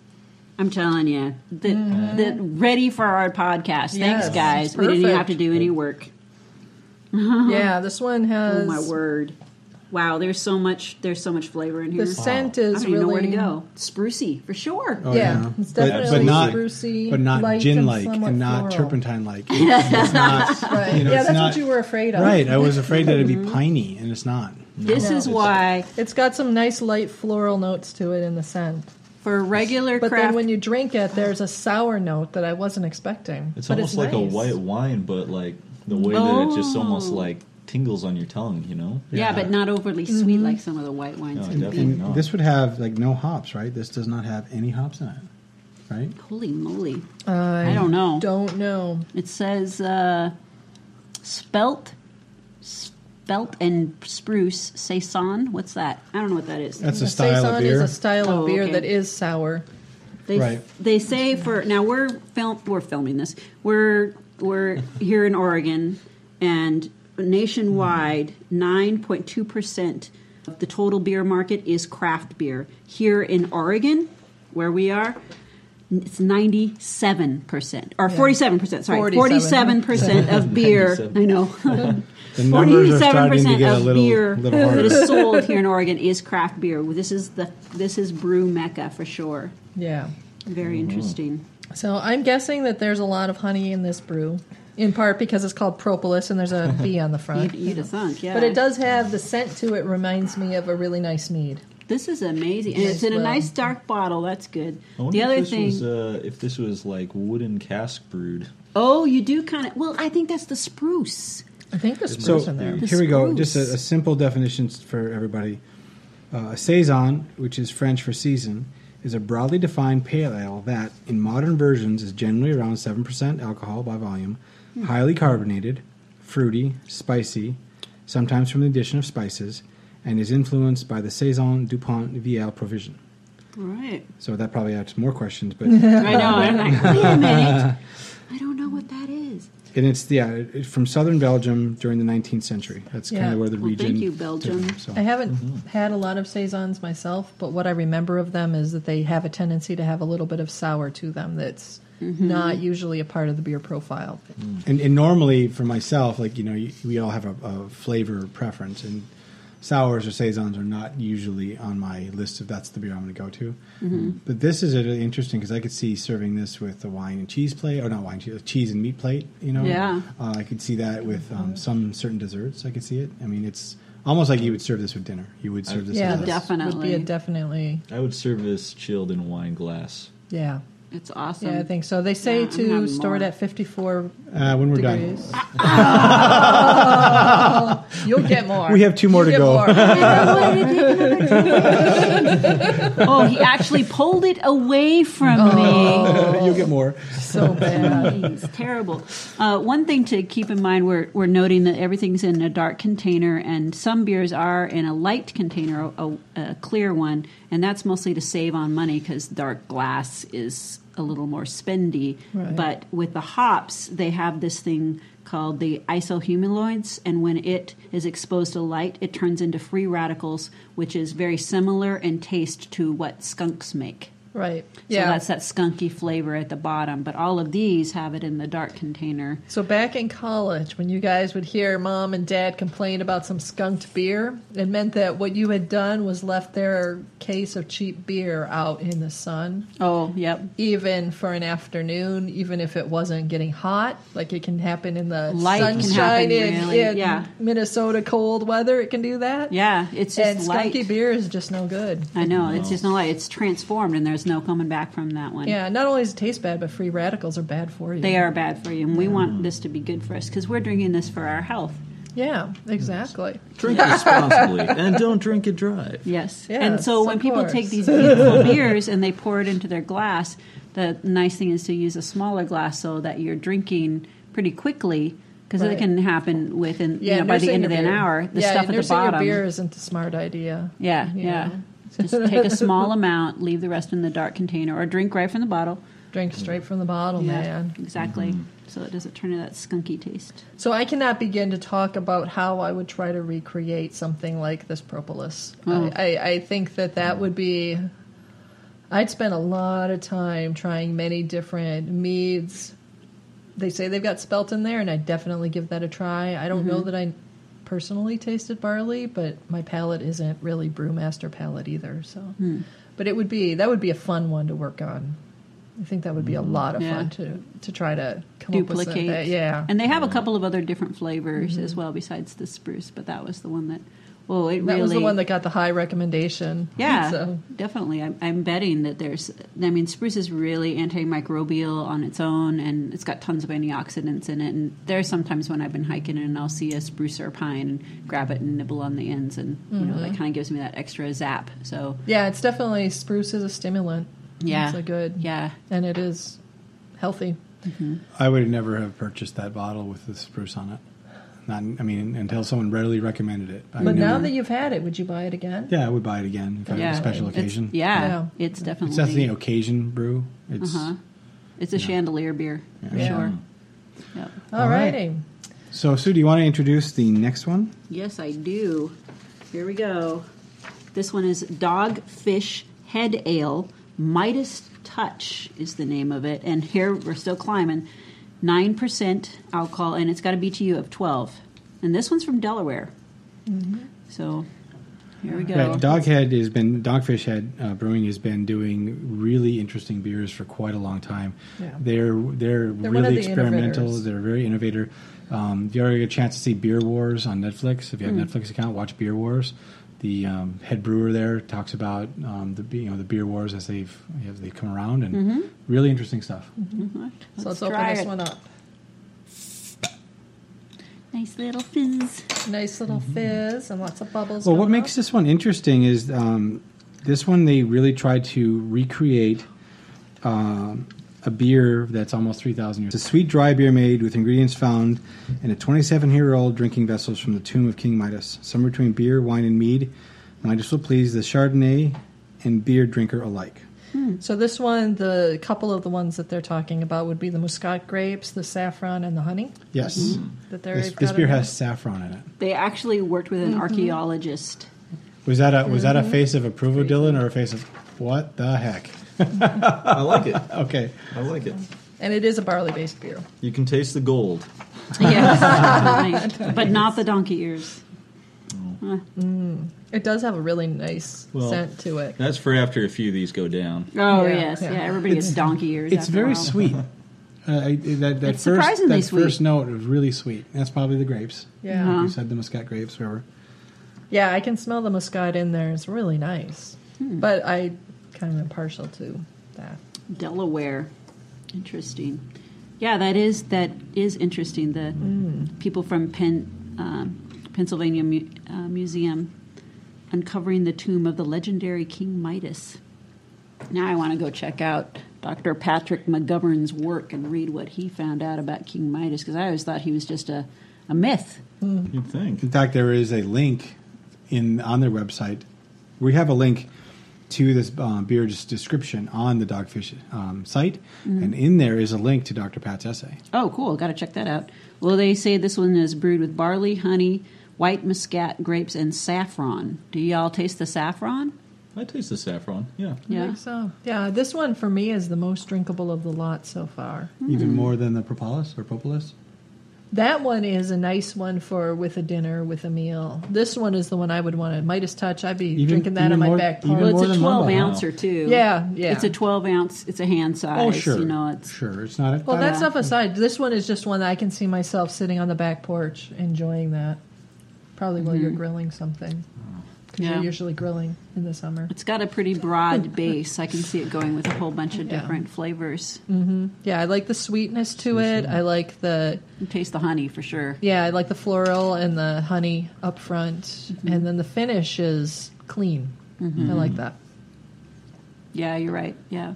C: I'm telling you, the, the ready for our podcast.
B: Mm-hmm. Yes,
C: Thanks, guys.
B: it's
C: We didn't even have
B: perfect.
C: to do any work.
B: Yeah, this one
C: Oh
B: has.
C: my word! Wow, there's so much. There's so much flavor in here.
B: The scent
C: I
B: is
C: don't even
B: really.
C: know where to go. Sprucey for sure.
B: yeah,
E: Oh, yeah.
B: it's
E: But-
B: definitely
E: but not-
B: sprucey,
E: But not
B: light
E: gin
B: and
E: like
B: somewhat
E: and not
B: floral.
E: turpentine like. It's not.
B: Right.
E: You know,
B: yeah,
E: it's
B: that's
E: not-
B: what you were afraid of.
E: Right. I was afraid that it'd be piney, and it's not.
C: This is why
B: It's got some nice light floral notes to it in the scent.
C: for regular
B: But
C: craft
B: then when you drink it, there's a sour note that I wasn't expecting.
D: It's
B: but
D: almost like
B: nice.
D: a white wine, but like the way that it just almost like tingles on your tongue. You know.
C: Oh. yeah, but not overly sweet
B: Mm-hmm.
C: like some of the white wines
D: No,
C: can
D: definitely.
C: be.
E: And
D: not.
E: this would have like no hops, right? This does not have any hops in it, right?
C: Holy moly!
B: I
C: I don't know.
B: don't know.
C: It says uh, spelt, spelt and spruce saison. What's that? I don't know what that is.
E: That's a
B: The
E: style of
B: saison
E: beer.
B: is a style
C: Oh,
B: of beer
C: okay.
B: that is sour.
C: They
E: Right.
C: they say for now we're film we're filming this. We're we're here in Oregon and nationwide 9.2% of the total beer market is craft beer. Here in Oregon where we are it's 97% or 47%, sorry, 47%,
B: 47%.
C: of beer.
D: 97.
C: I know.
A: The numbers are starting to
C: 47%
A: get a
C: of
A: little,
C: beer
A: little
C: that
A: harder.
C: is sold here in Oregon is craft beer. This is the this is brew mecca for sure.
B: Yeah.
D: Mm.
C: Very interesting.
B: So I'm guessing that there's a lot of honey in this brew, in part because it's called propolis and there's a bee on the front.
C: You'd, you'd have thunk, yeah.
B: But it does have the scent to it. Reminds me of a really nice mead.
C: This is amazing, and it's in a
B: Well-
C: nice dark bottle. That's good.
D: I wonder
C: The
D: if
C: other
D: this
C: thing,
D: was, uh, if this was like wooden cask brewed.
C: oh, you do kind of. Well, I think that's the spruce.
B: I think there's
A: So
B: spruce in there.
A: here we go. Just a,
C: Spruce.
A: a simple definition for everybody. Uh, a saison, which is French for season, is a broadly defined pale ale that, in modern versions, is generally around seven percent alcohol by volume, highly carbonated, fruity, spicy, sometimes from the addition of spices, and is influenced by the saison Dupont Viel provision.
C: Right.
A: So that probably adds more questions, but
C: I know. I'm like, wait a minute. I don't know what that is.
A: And it's yeah, it, it- from southern Belgium during the 19th century. That's kind
B: Yeah.
A: of where the
C: Well, thank
A: region.
C: you, Belgium.
A: took it, so.
B: I haven't
A: Mm-hmm.
B: had a lot of saisons myself, but what I remember of them is that they have a tendency to have a little bit of sour to them. That's
C: Mm-hmm.
B: not usually a part of the beer profile.
A: And, and normally for myself, like you know, you, we all have a, a flavor preference, and sours or saisons are not usually on my list of that's the beer I'm going to go to. But this is really interesting because I could see serving this with a wine and cheese plate, or not wine, cheese, cheese and meat plate. You know,
C: Yeah.
A: uh, I could see that with um, some certain desserts. I could see it. I mean, it's almost like you would serve this with dinner. You would serve this.
B: yeah,
A: with
B: this
A: a-
B: would be
C: Definitely.
B: a definitely.
D: I would serve this chilled in a wine glass.
B: Yeah,
C: It's awesome.
B: yeah, I think so. They say
C: Yeah, I'm
B: to
C: having
B: store it
C: more.
B: at 54
A: uh, when we're done.
B: degrees.
C: Ah.
B: Oh, You'll get more.
A: We have two more to
B: You get
A: go.
B: more.
C: oh, he actually pulled it away from
B: Oh.
C: me.
A: You'll get more.
B: so bad.
C: It's terrible. Uh, one thing to keep in mind: we're we're noting that everything's in a dark container, and some beers are in a light container, a, a clear one, and that's mostly to save on money because dark glass is a little more spendy.
B: Right.
C: But with the hops, they have this thing called the isohumuloids, and when it is exposed to light, it turns into free radicals, which is very similar in taste to what skunks make.
B: Right.
C: So
B: Yeah.
C: that's that skunky flavor at the bottom. But all of these have it in the dark container.
B: So back in college, when you guys would hear mom and dad complain about some skunked beer, it meant that what you had done was left their case of cheap beer out in the sun,
C: Oh, yep.
B: even for an afternoon, even if it wasn't getting hot. Like it can happen in the
C: Light can
B: sunshine
C: happen,
B: in,
C: really,
B: in
C: yeah.
B: Minnesota cold weather. It can do that.
C: Yeah, it's
B: and
C: just light.
B: skunky beer is just no good.
C: I know, it's just not light. It's transformed, and there's no coming back from that one.
B: Yeah, not only does it taste bad, but free radicals are bad for you.
C: They are bad for you, and we want this to be good for us because we're drinking this for our health.
B: Yeah, exactly.
D: Drink responsibly and don't drink it dry.
C: Yes.
B: Yes,
C: and so when
B: of
C: people
B: course.
C: take these beautiful beers and they pour it into their glass, the nice thing is to use a smaller glass so that you're drinking pretty quickly because it
B: Right.
C: can happen within you
B: Yeah,
C: know, by the
B: nursing
C: end of
B: your
C: an
B: beer.
C: hour. The
B: yeah,
C: stuff at the
B: nursing your
C: bottom.
B: beer isn't a smart idea.
C: Yeah,
B: You
C: yeah.
B: know?
C: Just take a small amount, leave the rest in the dark container, or drink right from the bottle.
B: Drink straight from the bottle, man.
C: exactly. So it doesn't turn to that skunky taste.
B: So I cannot begin to talk about how I would try to recreate something like this propolis.
C: Oh.
B: I, I, I think that that would be. I'd spend a lot of time trying many different meads. They say they've got spelt in there, and I definitely give that a try. I don't know
C: Mm-hmm.
B: that I personally tasted barley, but my palate isn't really brewmaster palate either. So,
C: Hmm.
B: but it would be that would be a fun one to work on. I think that would be a lot of
C: Hmm. Yeah.
B: fun to to try to come up with.
C: Duplicate.
B: something. yeah, Mm-hmm.
C: And they have a couple of other different flavors as well besides the spruce, but that was the one that. Oh, it
B: That
C: really.
B: was the one that got the high recommendation.
C: Yeah,
B: So,
C: definitely. I'm, I'm betting that there's. I mean, spruce is really antimicrobial on its own, and it's got tons of antioxidants in it. And there's sometimes when I've been hiking and I'll see a spruce or a pine and grab it and nibble on the ends, and you know
B: Mm-hmm.
C: that kind of gives me that extra zap. So
B: yeah, it's definitely spruce is a stimulant.
C: yeah,
B: It's a good.
C: Yeah,
B: And it is healthy.
A: I would never have purchased that bottle with the spruce on it. Not, I mean, until someone readily recommended it. I
B: But now
A: never-
B: that you've had it, would you buy it again?
A: yeah, I would buy it again if I
C: yeah.
A: had a special
C: It's-
A: occasion.
C: yeah,
B: Yeah.
C: it's definitely.
A: it's definitely an occasion brew. It's
C: uh-huh. It's a chandelier beer for
B: Yeah.
C: sure. Yep.
B: All
A: right.
B: righty.
A: so. Sue, do you want to introduce the next one?
C: Yes, I do. Here we go. This one is Dogfish Head Ale Midas Touch is the name of it, and here we're still climbing. Nine percent alcohol, and it's got a BTU of twelve. And this one's from Delaware,
B: Mm-hmm.
C: so here we go.
A: Right, Doghead has been Dogfish Head uh, Brewing has been doing really interesting beers for quite a long time.
B: Yeah.
A: They're they're,
B: one of
A: really
B: the
A: experimental.
B: innovators.
A: They're very innovator. Um, if you ever get a chance to see Beer Wars on Netflix, if you have
B: Hmm.
A: a Netflix account, watch Beer Wars. The um, head brewer there talks about um, the you know the beer wars as they've as they come around and
B: Mm-hmm.
A: really interesting stuff.
B: So let's,
C: Let's
B: open
C: try
B: this
C: it.
B: one up.
C: Nice little fizz.
B: Nice little fizz and lots of bubbles.
A: Mm-hmm. Well, what
B: going
A: makes
B: up.
A: this one interesting is um, this one they really tried to recreate um, a beer that's almost 3,000 years. It's a sweet dry beer made with ingredients found in a 27 year old drinking vessels from the tomb of King Midas. Somewhere between beer, wine, and mead, Midas will please the Chardonnay and beer drinker alike.
B: So this one, the couple of the ones that they're talking about would be the Muscat grapes, the saffron, and the honey.
A: Yes.
B: That they're
A: Mm. This, this beer has saffron in it.
C: They actually worked with an
B: Mm-hmm.
C: archaeologist.
A: Was that a was that a face of approval, Dylan, or a face of what the heck?
D: I like it.
A: Okay.
D: I like it.
B: and it is a barley-based beer.
D: You can taste the gold.
C: Yes, Right. but not the donkey ears.
B: It does have a really nice
D: Well,
B: scent to it.
D: That's for after a few of these go down.
C: Oh
B: Yeah,
C: yes,
B: yeah.
C: yeah. Everybody gets donkey ears.
A: It's
C: after a
A: very
C: while.
A: sweet. Uh, I, that that first
C: It's surprisingly
A: that first
C: sweet.
A: note is really sweet. That's probably the grapes.
B: Yeah,
C: Uh-huh.
A: You said the Muscat grapes, whatever.
B: yeah, I can smell the Muscat in there. It's really nice,
C: Hmm.
B: but I kind of am partial to that.
C: Delaware. Interesting. Yeah, that is that is interesting. The people from Penn, um, Pennsylvania Mu- uh, Museum uncovering the tomb of the legendary King Midas. Now I want to go check out Dr. Patrick McGovern's work and read what he found out about King Midas because I always thought he was just a, a myth.
D: You'd think.
A: In fact, there is a link in on their website. We have a link to this uh, beer's description on the Dogfish um, site,
C: Mm-hmm.
A: and in there is a link to Dr. Pat's essay.
C: Oh, cool. Got to check that out. Well, they say this one is brewed with barley, honey, white muscat, grapes, and saffron. Do y'all taste the saffron?
D: I taste the saffron. Yeah.
B: I
C: Yeah.
B: think so. Yeah, this one for me is the most drinkable of the lot so far.
C: Hmm.
A: Even more than the propolis or propolis.
B: That one is a nice one for with a dinner, with a meal. This one is the one I would want to Midas touch. I'd be
A: Even-
B: drinking that
A: even
B: on my
A: more-
B: back
A: even
B: porch.
C: Well,
A: more
C: it's a
A: than
C: 12
A: Mamba.
C: ounce or two.
B: Yeah, yeah.
C: It's a 12 ounce, it's a hand size.
A: Oh, sure.
C: You know, it's.
A: sure. It's not. A,
B: Well, that stuff aside, this one is just one that I can see myself sitting on the back porch enjoying that. Probably while you're grilling something. Because
C: Mm-hmm. Yeah.
B: you're usually grilling in the summer.
C: It's got a pretty broad base. I can see it going with a whole bunch of
B: Yeah.
C: different flavors.
B: Yeah, I like the sweetness to it. I like the
C: You taste the honey for sure.
B: yeah, I like the floral and the honey up front, and then the finish is clean. I like that.
C: Yeah, you're right. Yeah.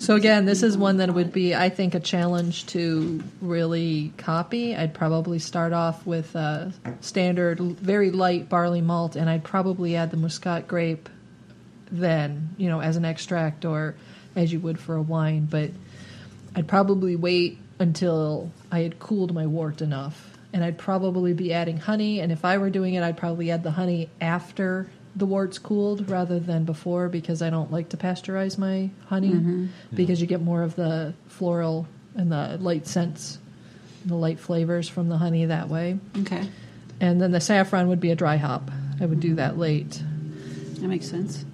B: So again, this is one that would be, I think, a challenge to really copy. I'd probably start off with a standard, l- very light barley malt, and I'd probably add the Muscat grape then, you know, as an extract or as you would for a wine. But I'd probably wait until I had cooled my wort enough, and I'd probably be adding honey. And if I were doing it, I'd probably add the honey after the wort's cooled rather than before because I don't like to pasteurize my honey because you get more of the floral and the light scents, the light flavors from the honey that way.
C: Okay.
B: And then the saffron would be a dry hop. I would do that late.
C: That makes sense.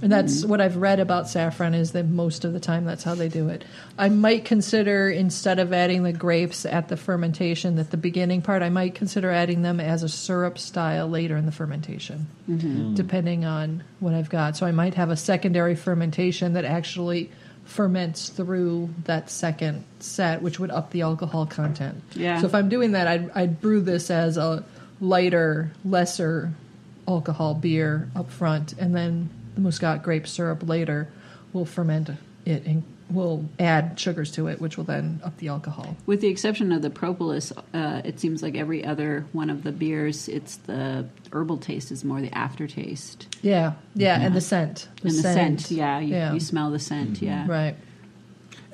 B: And that's what I've read about saffron is that most of the time that's how they do it. I might consider instead of adding the grapes at the fermentation at the beginning part, I might consider adding them as a syrup style later in the fermentation, depending on what I've got. So I might have a secondary fermentation that actually ferments through that second set, which would up the alcohol content.
C: Yeah.
B: So if I'm doing that, I'd, I'd brew this as a lighter, lesser alcohol beer up front, and then the Muscat grape syrup later will ferment it and will add sugars to it, which will then up the alcohol.
C: With the exception of the propolis, uh, it seems like every other one of the beers, it's the herbal taste is more the aftertaste.
B: Yeah, yeah, and the scent.
C: and the scent. Yeah, you, you smell the scent. Yeah,
B: right.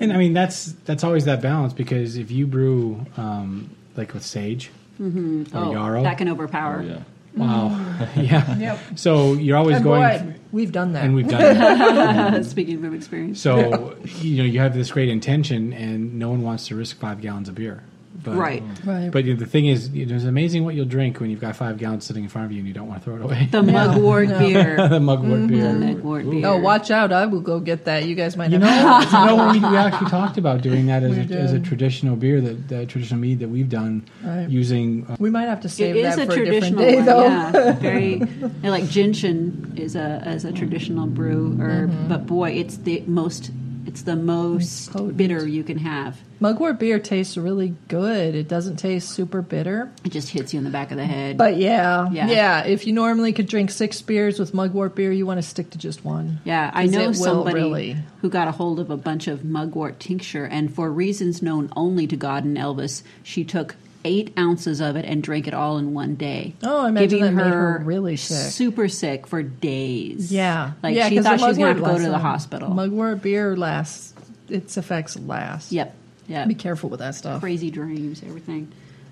A: And I mean that's that's always that balance because if you brew um, like with sage or
C: Oh,
A: yarrow,
C: that can overpower.
D: Oh, yeah.
A: Wow. yeah.
B: Yep.
A: So you're always
B: And
A: going,
B: boy, we've done that.
A: and we've done that.
C: Speaking from experience,
A: So you know you have this great intention, and no one wants to risk five gallons of beer. But,
C: right?
B: right.
A: But you know, the thing is, you know, it's amazing what you'll drink when you've got five gallons sitting in front of you and you don't want to throw it away.
C: The mugwort
B: no.
C: beer.
A: the
B: Mm-hmm.
A: mugwort
C: The
A: beer.
C: mugwort beer.
B: oh, watch out! I will go get that. You guys might
A: You
B: have.
A: know, you know we, we actually talked about doing that as,
B: We
A: a, as a
B: did.
A: traditional beer, that, that traditional mead that we've done
B: Right.
A: using. Uh,
B: we might have to save
C: it is
B: that
C: a
B: for a different
C: traditional
B: day,
C: one,
B: though.
C: yeah. Very and like ginseng is a is a traditional brew herb,
B: Mm-hmm.
C: but boy, it's the most it's the most
B: potent.
C: bitter you can have.
B: Mugwort beer tastes really good. It doesn't taste super bitter.
C: It just hits you in the back of the head.
B: But yeah,
C: Yeah.
B: yeah. if you normally could drink six beers with mugwort beer, you want to stick to just one.
C: yeah, I
B: 'Cause it
C: know
B: will
C: somebody
B: really-
C: who got a hold of a bunch of mugwort tincture, and for reasons known only to God and Elvis, she took eight ounces of it and drank it all in one day.
B: Oh, I imagine
C: giving
B: that made her really sick.
C: super sick for days.
B: Yeah,
C: like
B: yeah,
C: she
B: 'cause
C: thought
B: the
C: she was going to
B: mugwort
C: have to go to
B: lasts
C: the
B: long.
C: hospital.
B: Mugwort beer lasts; its effects last.
C: yep, yeah.
B: be careful with that stuff.
C: crazy dreams, everything.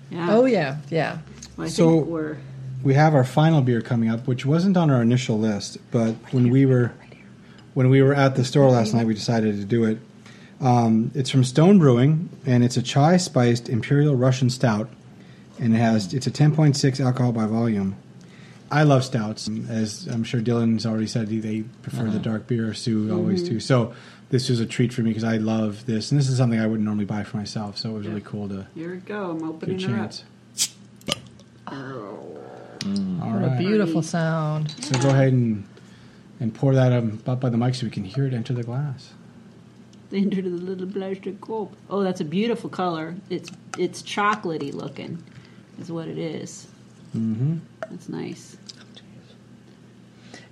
C: Yeah.
B: Oh yeah, yeah.
C: I
A: So-
C: think we're
A: we have our final beer coming up, which wasn't on our initial list, but when we were when we were at the store last night, we decided to do it. Um, it's from Stone Brewing, and it's a chai spiced imperial Russian stout, and it has it's a ten point six alcohol by volume. I love stouts, as I'm sure Dylan's already said. They prefer
B: Uh-huh.
A: the dark beer. Sue
B: Mm-hmm.
A: always too. So this was a treat for me because I love this, and this is something I wouldn't normally buy for myself. So it was really cool to
C: here we go. I'm opening
A: good
C: her up. Oh.
A: chance. All
B: Mm. What a
A: right.
B: beautiful sound.
A: So go ahead and and pour that um, up by the mic so we can hear it enter the glass.
C: Into the little plastic cup. Oh, that's a beautiful color. It's it's chocolatey looking, is what it is. Mm-hmm. That's nice.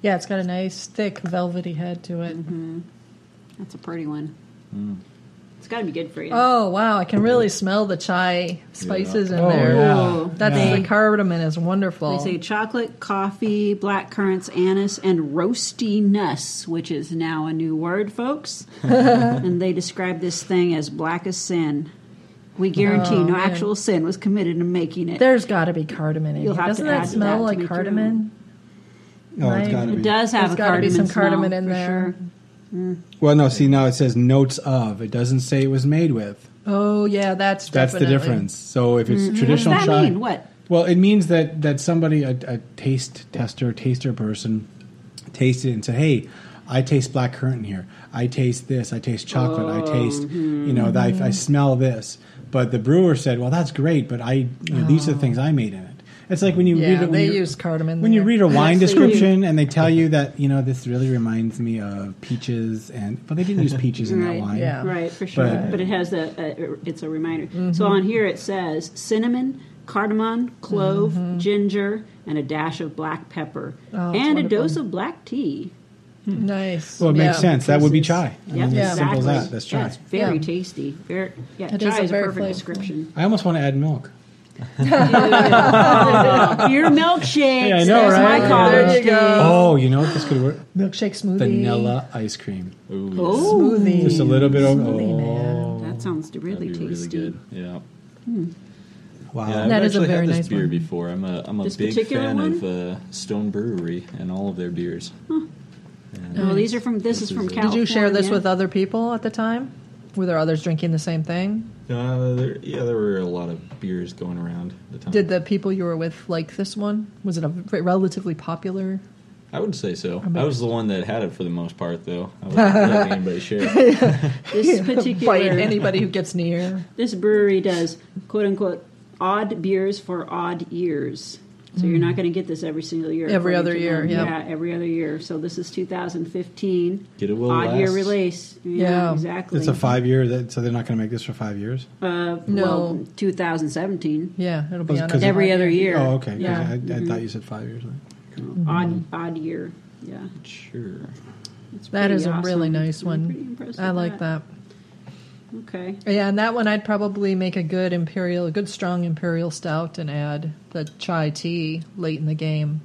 B: Yeah, it's got a nice thick velvety head to it.
C: Mm-hmm. That's a pretty one. It's got to be good for you.
B: Oh wow, I can really smell the chai spices in
A: Oh,
B: there.
A: yeah.
B: That's
A: Yeah.
B: the cardamom is
C: They
B: wonderful.
C: say chocolate, coffee, black currants, anise, and roasty nuss, which is now a new word, folks. and they describe this thing as black as sin. We
B: Oh,
C: guarantee no actual sin was committed in making it.
B: There's got to be cardamom in
C: You'll
B: here.
C: have to
B: Doesn't
C: add
B: that
C: to
B: smell
C: that to
B: like
C: make your
B: cardamom?
A: Oh, it's
B: Right.
A: got to
C: it
A: be.
C: does have
B: There's
C: a
B: gotta
C: cardamom,
B: be some
C: smell,
B: cardamom in
C: for
B: there.
C: Sure.
A: Well, no. See, now it says notes of. It doesn't say it was made with.
B: Oh yeah, that's
A: That's
B: definitely-
A: the difference. So if it's
C: Mm-hmm. What does
A: traditional
C: that
A: chai,
C: mean? What?
A: well, it means that that somebody, a, a taste tester, taster person, tasted it and said, "Hey, I taste black currant in here. I taste this. I taste chocolate. I taste, you know, I, I smell this." But the brewer said, "Well, that's great, but I, you know, these are the things I made in it." It's like when you
B: Yeah,
A: read it. when
B: they
A: you-
B: use cardamom.
A: When you
B: there.
A: read a wine
C: Yes, they
A: description and they tell you that you know this really reminds me of peaches and but they didn't use peaches in
C: Right,
A: that wine.
B: yeah.
C: Right, for sure. But,
A: But-
C: it has a, a it's a reminder.
B: Mm-hmm.
C: So on here it says cinnamon, cardamom, clove, ginger, and a dash of black pepper,
B: Mm-hmm. Oh, it's
C: and a
B: wonderful.
C: dose of black tea.
B: Nice.
A: Well, it makes
B: Yeah.
A: sense. That would be chai. I
C: Yep,
A: mean,
B: Yeah.
A: as simple as that. That's chai.
C: Yeah, it's very
B: Yeah.
C: tasty. Very, yeah,
B: It
C: chai
B: is
C: is
B: a
C: a,
B: very
C: perfect
B: flavorful.
C: description.
A: I almost want to add milk.
C: Your milkshakes.
A: Yeah, I know,
C: There's
A: right?
C: my
A: Yeah.
C: college
B: There you go.
C: days.
A: Oh, you know what this could work?
B: Milkshake smoothie.
A: Vanilla ice cream.
C: Oh,
B: smoothie.
A: Just a little bit of
B: Smoothie, man.
A: oh,
C: that sounds really
D: That'd be really
C: tasty.
D: good. Yeah.
A: wow.
D: Yeah, I've
B: That is a
D: actually
B: very
D: had this
B: nice
D: beer
B: one.
D: before. I'm a I'm a
C: This
D: big
C: particular
D: fan
C: one?
D: of uh, Stone Brewery and all of their beers.
C: Oh, these are from. This, is from
D: is a-
C: California.
B: Did you share this with other people at the time? Were there others drinking the same thing?
D: Uh, there, yeah, there were a lot of beers going around at the time.
B: Did the people you were with like this one? Was it a v- relatively popular?
D: I would say so. I was the one that had it for the most part, though. I wasn't letting anybody share. it.
C: this
B: Bite
C: particular?
B: anybody who gets near.
C: this brewery does quote unquote odd beers for odd years. So you're not going to get this every single year.
B: Mm. Every
C: according
B: other
C: to
B: year,
C: them.
B: yeah.
C: yeah, every other year. So this is 2015.
D: Get it while it
C: odd year
D: lasts.
C: release. Yeah,
B: Yeah.
C: exactly.
A: It's a five year. That, so they're not going to make this for five years.
C: Uh,
B: No.
C: well, 2017.
B: Yeah, it'll be
A: Well,
B: on
A: 'cause-
C: Every other year.
A: Oh, okay. 'cause
C: Yeah.
A: I,
B: Mm-hmm.
A: I thought you said five years.
C: Odd, odd year. Yeah.
D: Sure.
C: It's
B: That
C: pretty
B: is a
C: awesome.
B: really nice
C: I'm pretty
B: one.
C: impressed
B: I
C: with
B: like that.
C: Okay.
B: Yeah, and that one I'd probably make a good imperial, a good strong imperial stout, and add the chai tea late in the game.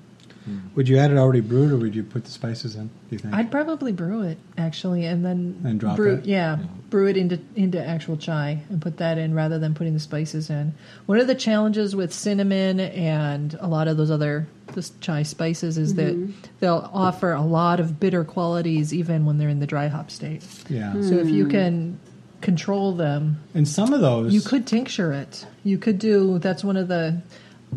A: Would you add it already brewed, or would you put the spices in? Do you think?
B: I'd probably brew it actually, and then
A: And drop
B: brew,
A: it?
B: Yeah, brew it into into actual chai and put that in rather than putting the spices in. One of the challenges with cinnamon and a lot of those other this chai spices is that they'll offer a lot of bitter qualities even when they're in the dry hop state.
E: Yeah.
B: So if you can control them,
E: And some of those
B: you could tincture it. You could do that's one of the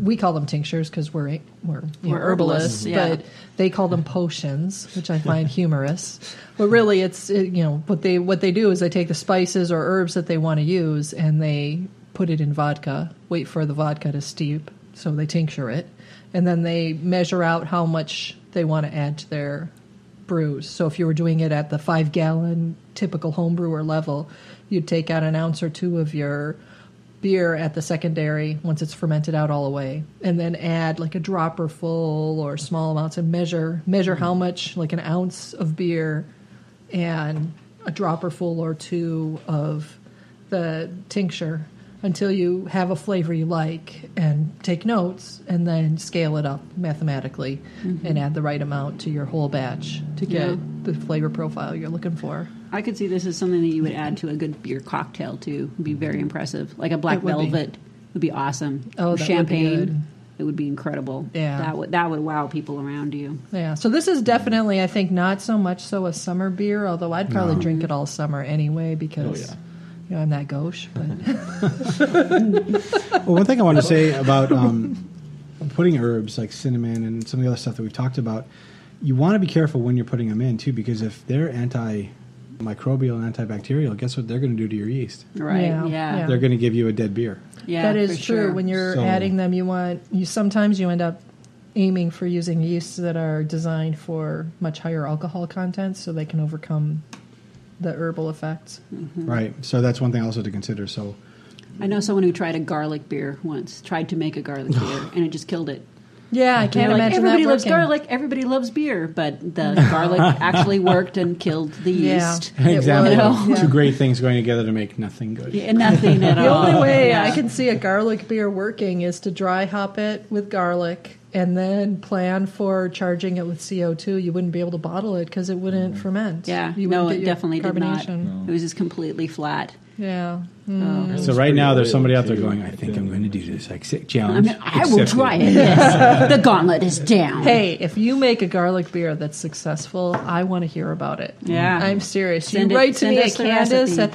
B: we call them tinctures because we're we're, you
C: We're
B: know,
C: herbalists, yeah.
B: but they call them potions, which I find humorous. But really, it's it, you know what they what they do is they take the spices or herbs that they want to use and they put it in vodka. Wait for the vodka to steep, so they tincture it, and then they measure out how much they want to add to their brews. So if you were doing it at the five gallon typical home brewer level, you'd take out an ounce or two of your beer at the secondary once it's fermented out all the way and then add like a dropper full or small amounts and measure measure how much like an ounce of beer and a dropper full or two of the tincture until you have a flavor you like and take notes and then scale it up mathematically and add the right amount to your whole batch to get
C: Yeah.
B: the flavor profile you're looking for.
C: I could see this as something that you would add to a good beer cocktail too. It'd be very impressive. Like a black
B: It would be.
C: velvet would be awesome.
B: Oh,
C: Or
B: that would be
C: champagne.
B: good.
C: It would be incredible.
B: Yeah.
C: That would that would wow people around you.
B: Yeah. So this is definitely, I think, not so much so a summer beer, although I'd probably drink it all summer anyway because,
D: Oh, yeah.
B: you know, I'm that gauche. But
A: Well, one thing I want to say about um, putting herbs like cinnamon and some of the other stuff that we've talked about, you want to be careful when you're putting them in too, because if they're antimicrobial and antibacterial, guess what they're going to do to your yeast?
C: Right.
B: Yeah,
C: Yeah. Yeah.
B: yeah.
A: They're going to give you a dead beer.
B: that
C: for
B: is true.
C: sure.
B: When you're
A: So-
B: adding them, you want, you sometimes you end up aiming for using yeasts that are designed for much higher alcohol content so they can overcome the herbal effects.
C: Mm. Mm-hmm.
A: Right. So that's one thing also to consider. So
C: I know someone who tried a garlic beer once, tried to make a garlic beer and it just killed it.
B: Yeah, I can't
C: They're like,
B: imagine
C: everybody
B: that
C: loves
B: working.
C: garlic, everybody loves beer, but the garlic actually worked and killed the
B: Yeah.
C: yeast.
B: It would.
A: example of
B: Yeah.
A: two great things going together to make nothing good.
C: Yeah, nothing at
B: The
C: all.
B: only way
C: Oh, Yeah.
B: I can see a garlic beer working is to dry hop it with garlic and then plan for charging it with CO2. You wouldn't be able to bottle it because it wouldn't ferment.
C: Mm. Yeah,
B: you
C: no,
B: wouldn't
C: it
B: get your
C: definitely did not.
B: carbonation.
C: It was just completely flat.
B: Yeah. Mm.
C: Oh.
A: So right now, there's somebody out there going, "I think I'm going to do this." Like sit-
C: I,
A: challenge.
C: mean, I will
A: accepted.
C: try it. Yes, the gauntlet is down.
B: Hey, if you make a garlic beer that's successful, I want to hear about it.
C: Yeah.
B: I'm serious.
C: Send it-
B: you write to
C: send
B: me at
C: us the
B: Candace
C: recipe.
B: at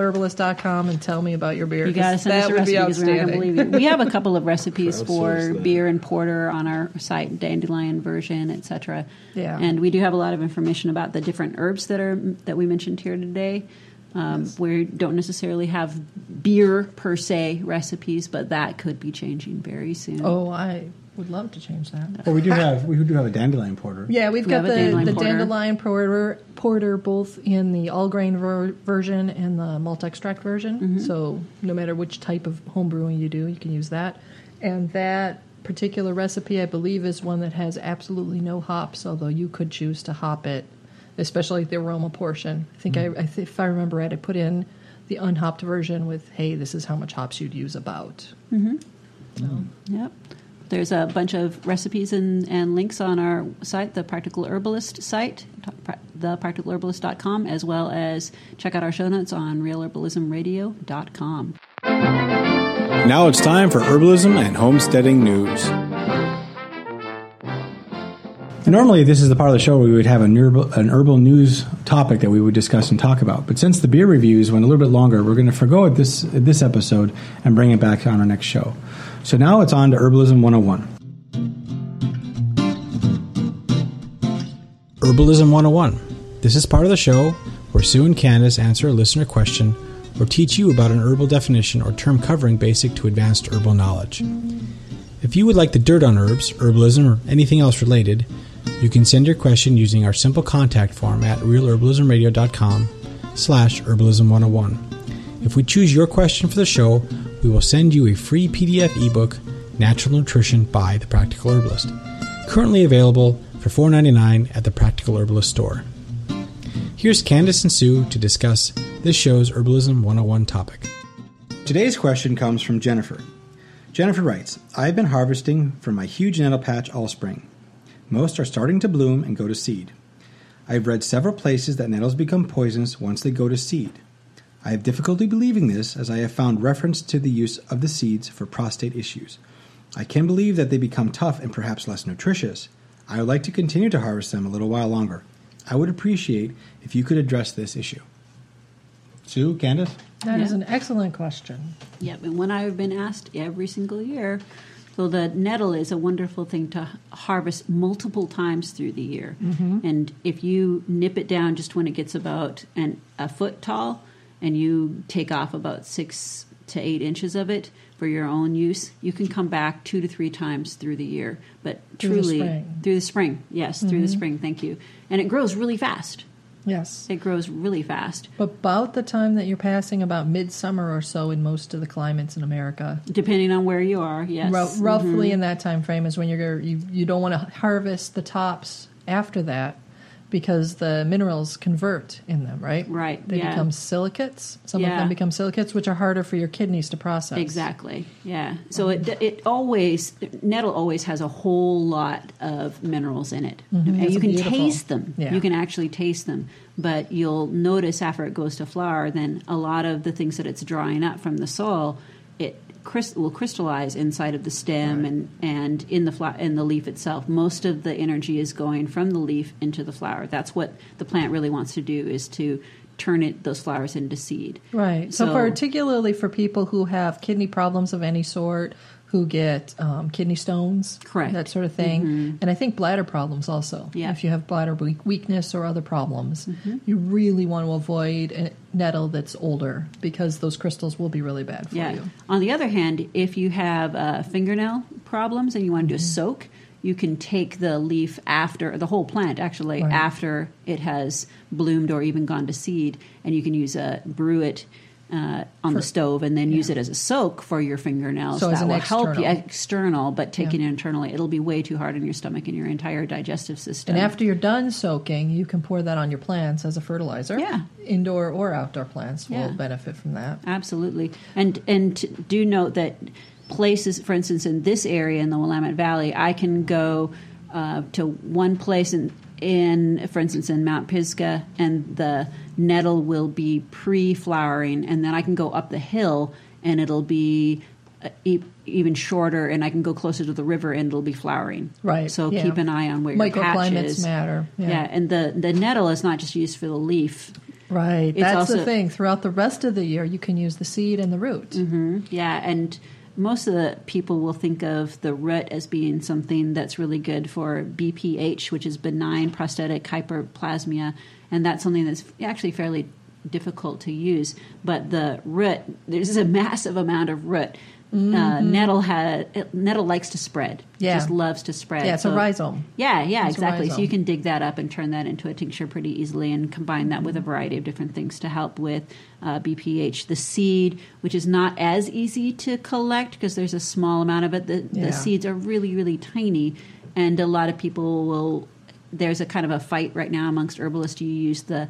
B: thepracticalherbalist.com and tell me about your beer.
C: you gotta
B: 'cause
C: send us
B: that
C: a
B: would
C: recipe
B: be
C: because we're not gonna
B: outstanding.
C: believe you. We have a couple of recipes for
D: Crowdsource that.
C: beer and porter on our site, dandelion version, etc.
B: Yeah.
C: and we do have a lot of information about the different herbs that are that we mentioned here today. Um, We don't necessarily have beer per se recipes, but that could be changing very soon.
B: Oh, I would love to change that.
A: Well, we do have we do have a dandelion porter.
B: Yeah, we've
C: We
B: got
C: have a
B: the
C: dandelion
B: the
C: porter.
B: dandelion porter porter both in the all grain ver- version and the malt extract version.
C: Mm-hmm.
B: So no matter which type of home brewing you do, you can use that. And that particular recipe, I believe, is one that has absolutely no hops. Although you could choose to hop it, especially the aroma portion. I think
C: Mm-hmm.
B: I, I th- if I remember right, I put in the unhopped version with, "Hey, this is how much hops you'd use about."
C: Yep. There's a bunch of recipes and, and links on our site, the Practical Herbalist site, thepracticalherbalist.com, as well as check out our show notes on realherbalismradio.com.
F: Now it's time for herbalism and homesteading news.
A: Normally, this is the part of the show where we would have an herbal, an herbal news topic that we would discuss and talk about. But since the beer reviews went a little bit longer, we're going to forego it this this episode and bring it back on our next show. So now it's on to Herbalism 101. Herbalism 101. This is part of the show where Sue and Candace answer a listener question or teach you about an herbal definition or term covering basic to advanced herbal knowledge. If you would like the dirt on herbs, herbalism, or anything else related, you can send your question using our simple contact form at realherbalismradio.com slash herbalism101. If we choose your question for the show, we will send you a free PDF ebook, Natural Nutrition by The Practical Herbalist, currently available for $4.99 at the Practical Herbalist store. Here's Candace and Sue to discuss this show's Herbalism 101 topic. Today's question comes from Jennifer. Jennifer writes, I've been harvesting from my huge nettle patch all spring. Most are starting to bloom and go to seed. I've read several places that nettles become poisonous once they go to seed. I have difficulty believing this, as I have found reference to the use of the seeds for prostate issues. I can believe that they become tough and perhaps less nutritious. I would like to continue to harvest them a little while longer. I would appreciate if you could address this issue. Sue, Candace?
B: That is
C: Yeah.
B: an excellent question.
C: Yep, and when I've been asked every single year, so the nettle is a wonderful thing to harvest multiple times through the year.
B: Mm-hmm.
C: And if you nip it down just when it gets about an, a foot tall and you take off about six to eight inches of it for your own use, you can come back two to three times through the year. But
B: Through the
C: truly,
B: spring. Mm-hmm.
C: through the spring, yes, through the spring, thank you. And it grows really fast.
B: Yes.
C: It grows really fast.
B: About the time that you're passing, about midsummer or so, in most of the climates in America,
C: Depending on where you are, yes. Mm-hmm.
B: Ru- roughly in that time frame is when you're you you don't want to harvest the tops after that because the minerals convert in them, right?
C: Right,
B: They
C: yeah.
B: become silicates. Some of
C: Yeah.
B: them become silicates, which are harder for your kidneys to process.
C: Exactly. Yeah. So it it always nettle always has a whole lot of minerals in it, and
B: It's
C: you can
B: Mm-hmm. beautiful.
C: taste them.
B: Yeah.
C: You can actually taste them, but you'll notice after it goes to flower, then a lot of the things that it's drying up from the soil, it crys- will crystallize inside of the stem and, and in the flower in the leaf itself. Most of the energy is going from the leaf into the flower. That's what the plant really wants to do is to turn it those flowers into seed.
B: Right. So, particularly for people who have kidney problems of any sort, who get um, kidney stones,
C: Correct.
B: that sort of thing, and I think bladder problems also.
C: Yeah.
B: If you have bladder we- weakness or other problems, you really want to avoid a nettle that's older because those crystals will be really bad for
C: yeah.
B: you.
C: On the other hand, if you have uh, fingernail problems and you want to do a
B: Mm-hmm.
C: soak, you can take the leaf after the whole plant actually
B: Right.
C: after it has bloomed or even gone to seed, and you can use a brew it. Uh, on the stove, and then use it as a soak for your fingernails.
B: So as
C: that
B: an
C: will help you
B: external.
C: external, but taking
B: Yeah.
C: it internally, it'll be way too hard on your stomach and your entire digestive system.
B: And after you're done soaking, you can pour that on your plants as a fertilizer.
C: Yeah.
B: Indoor or outdoor plants will
C: Yeah.
B: benefit from that.
C: Absolutely, and and t- do note that places, for instance, in this area in the Willamette Valley, I can go uh, to one place in in for instance in Mount Pisgah, and the nettle will be pre-flowering, and then I can go up the hill, and it'll be uh, e- even shorter, and I can go closer to the river, and it'll be flowering.
B: Right,
C: So
B: yeah.
C: keep an eye on where your patch
B: Microclimates
C: is.
B: matter, yeah.
C: and the the nettle is not just used for the leaf.
B: Right.
C: It's
B: That's the
C: also-
B: thing. Throughout the rest of the year, you can use the seed and the root.
C: Mm-hmm. Yeah, and most of the people will think of the root as being something that's really good for BPH, which is benign prostatic hyperplasmia, and that's something that's actually fairly difficult to use. But the root, there's a massive amount of root. Uh, nettle ha nettle likes to spread.
B: Mm-hmm. Yeah.
C: just loves to spread.
B: Yeah, it's a rhizome.
C: Yeah, yeah,
B: It's a
C: exactly. So you
B: rhizome.
C: can dig that up and turn that into a tincture pretty easily, and combine that with a variety of different things to help with uh, BPH. The seed, which is not as easy to collect because there's a small amount of it. The,
B: Yeah.
C: the seeds are really, really tiny, and a lot of people will. There's a kind of a fight right now amongst herbalists. Do you use the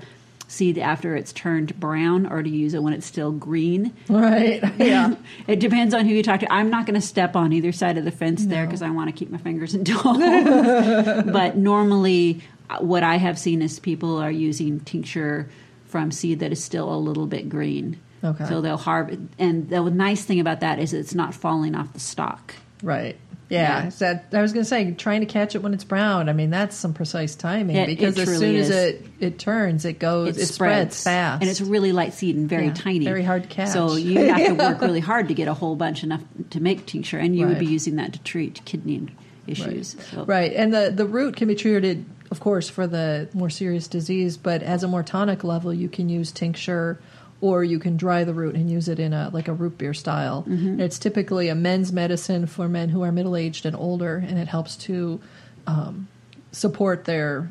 C: seed after it's turned brown, or do you use it when it's still green?
B: Right. Yeah.
C: it depends on who you talk to. I'm not going to step on either side of the fence there because I want to keep my fingers in toes. but normally, uh, what I have seen is people are using tincture from seed that is still a little bit green.
B: Okay.
C: So they'll harvest, and the nice thing about that is it's not falling off the stalk.
B: Right. Yeah.
C: Yeah.
B: So that, I was going to say, trying to catch it when it's brown, I mean, that's some precise timing
C: It-
B: because
C: it
B: as
C: truly
B: soon as
C: is.
B: it, it turns, it goes, it, spreads. fast.
C: and it's a really light seed and very
B: Yeah,
C: tiny,
B: very hard to catch.
C: So you have to work really hard to get a whole bunch enough to make tincture, and you would be
B: Right.
C: using that to treat kidney issues. So-
B: Right. And the, the root can be treated, of course, for the more serious disease, but as a more tonic level, you can use tincture or you can dry the root and use it in a like a root beer style.
C: Mm-hmm.
B: And it's typically a men's medicine for men who are middle aged and older, and it helps to um, support their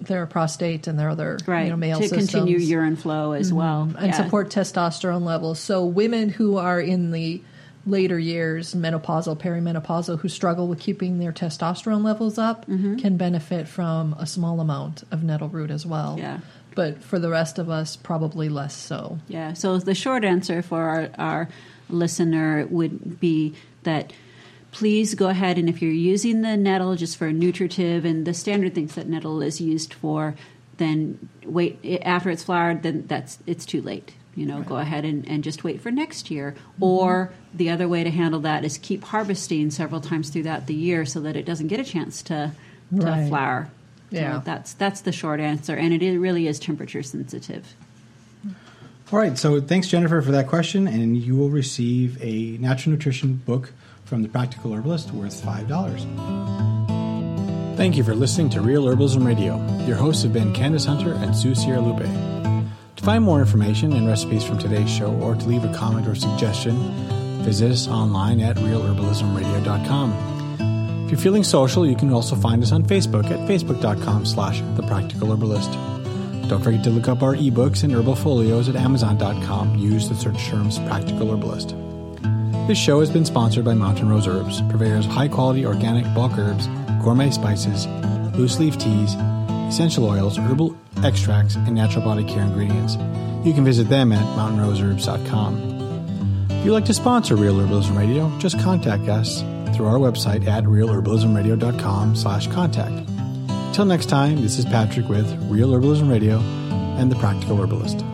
B: their prostate and their other
C: right
B: you know, male
C: to
B: systems Mm-hmm.
C: continue urine flow as well
B: and
C: Yeah.
B: support testosterone levels. So women who are in the later years, menopausal, perimenopausal, who struggle with keeping their testosterone levels up,
C: Mm-hmm.
B: can benefit from a small amount of nettle root as well.
C: Yeah.
B: But for the rest of us, probably less so.
C: Yeah. So the short answer for our, our listener would be that please go ahead and if you're using the nettle just for nutritive and the standard things that nettle is used for, then wait i- after it's flowered. Then that's it's too late. you know, go ahead and, and just wait for next year. Or the other way to handle that is keep harvesting several times throughout the year so that it doesn't get a chance to, to
B: Right.
C: flower. So
B: Yeah.
C: that's that's the short answer, and it is, really is temperature sensitive.
A: All right. So thanks, Jennifer, for that question. And you will receive a natural nutrition book from the Practical Herbalist worth $5. Thank you for listening to Real Herbalism Radio. Your hosts have been Candace Hunter and Sue Sierra Lupe. To find more information and recipes from today's show or to leave a comment or suggestion, visit us online at realherbalismradio.com. If you're feeling social, you can also find us on Facebook at facebook.com slash the practical herbalist. Don't forget to look up our ebooks and herbal folios at amazon.com. Use the search terms Practical Herbalist. This show has been sponsored by Mountain Rose Herbs, purveyors of high quality organic bulk herbs, gourmet spices, loose leaf teas, essential oils, herbal extracts, and natural body care ingredients. You can visit them at mountainroseherbs.com. If you'd like to sponsor Real Herbalism Radio, just contact us through our website at realherbalismradio.com slash contact. Till next time, this is Patrick with Real Herbalism Radio and The Practical Herbalist.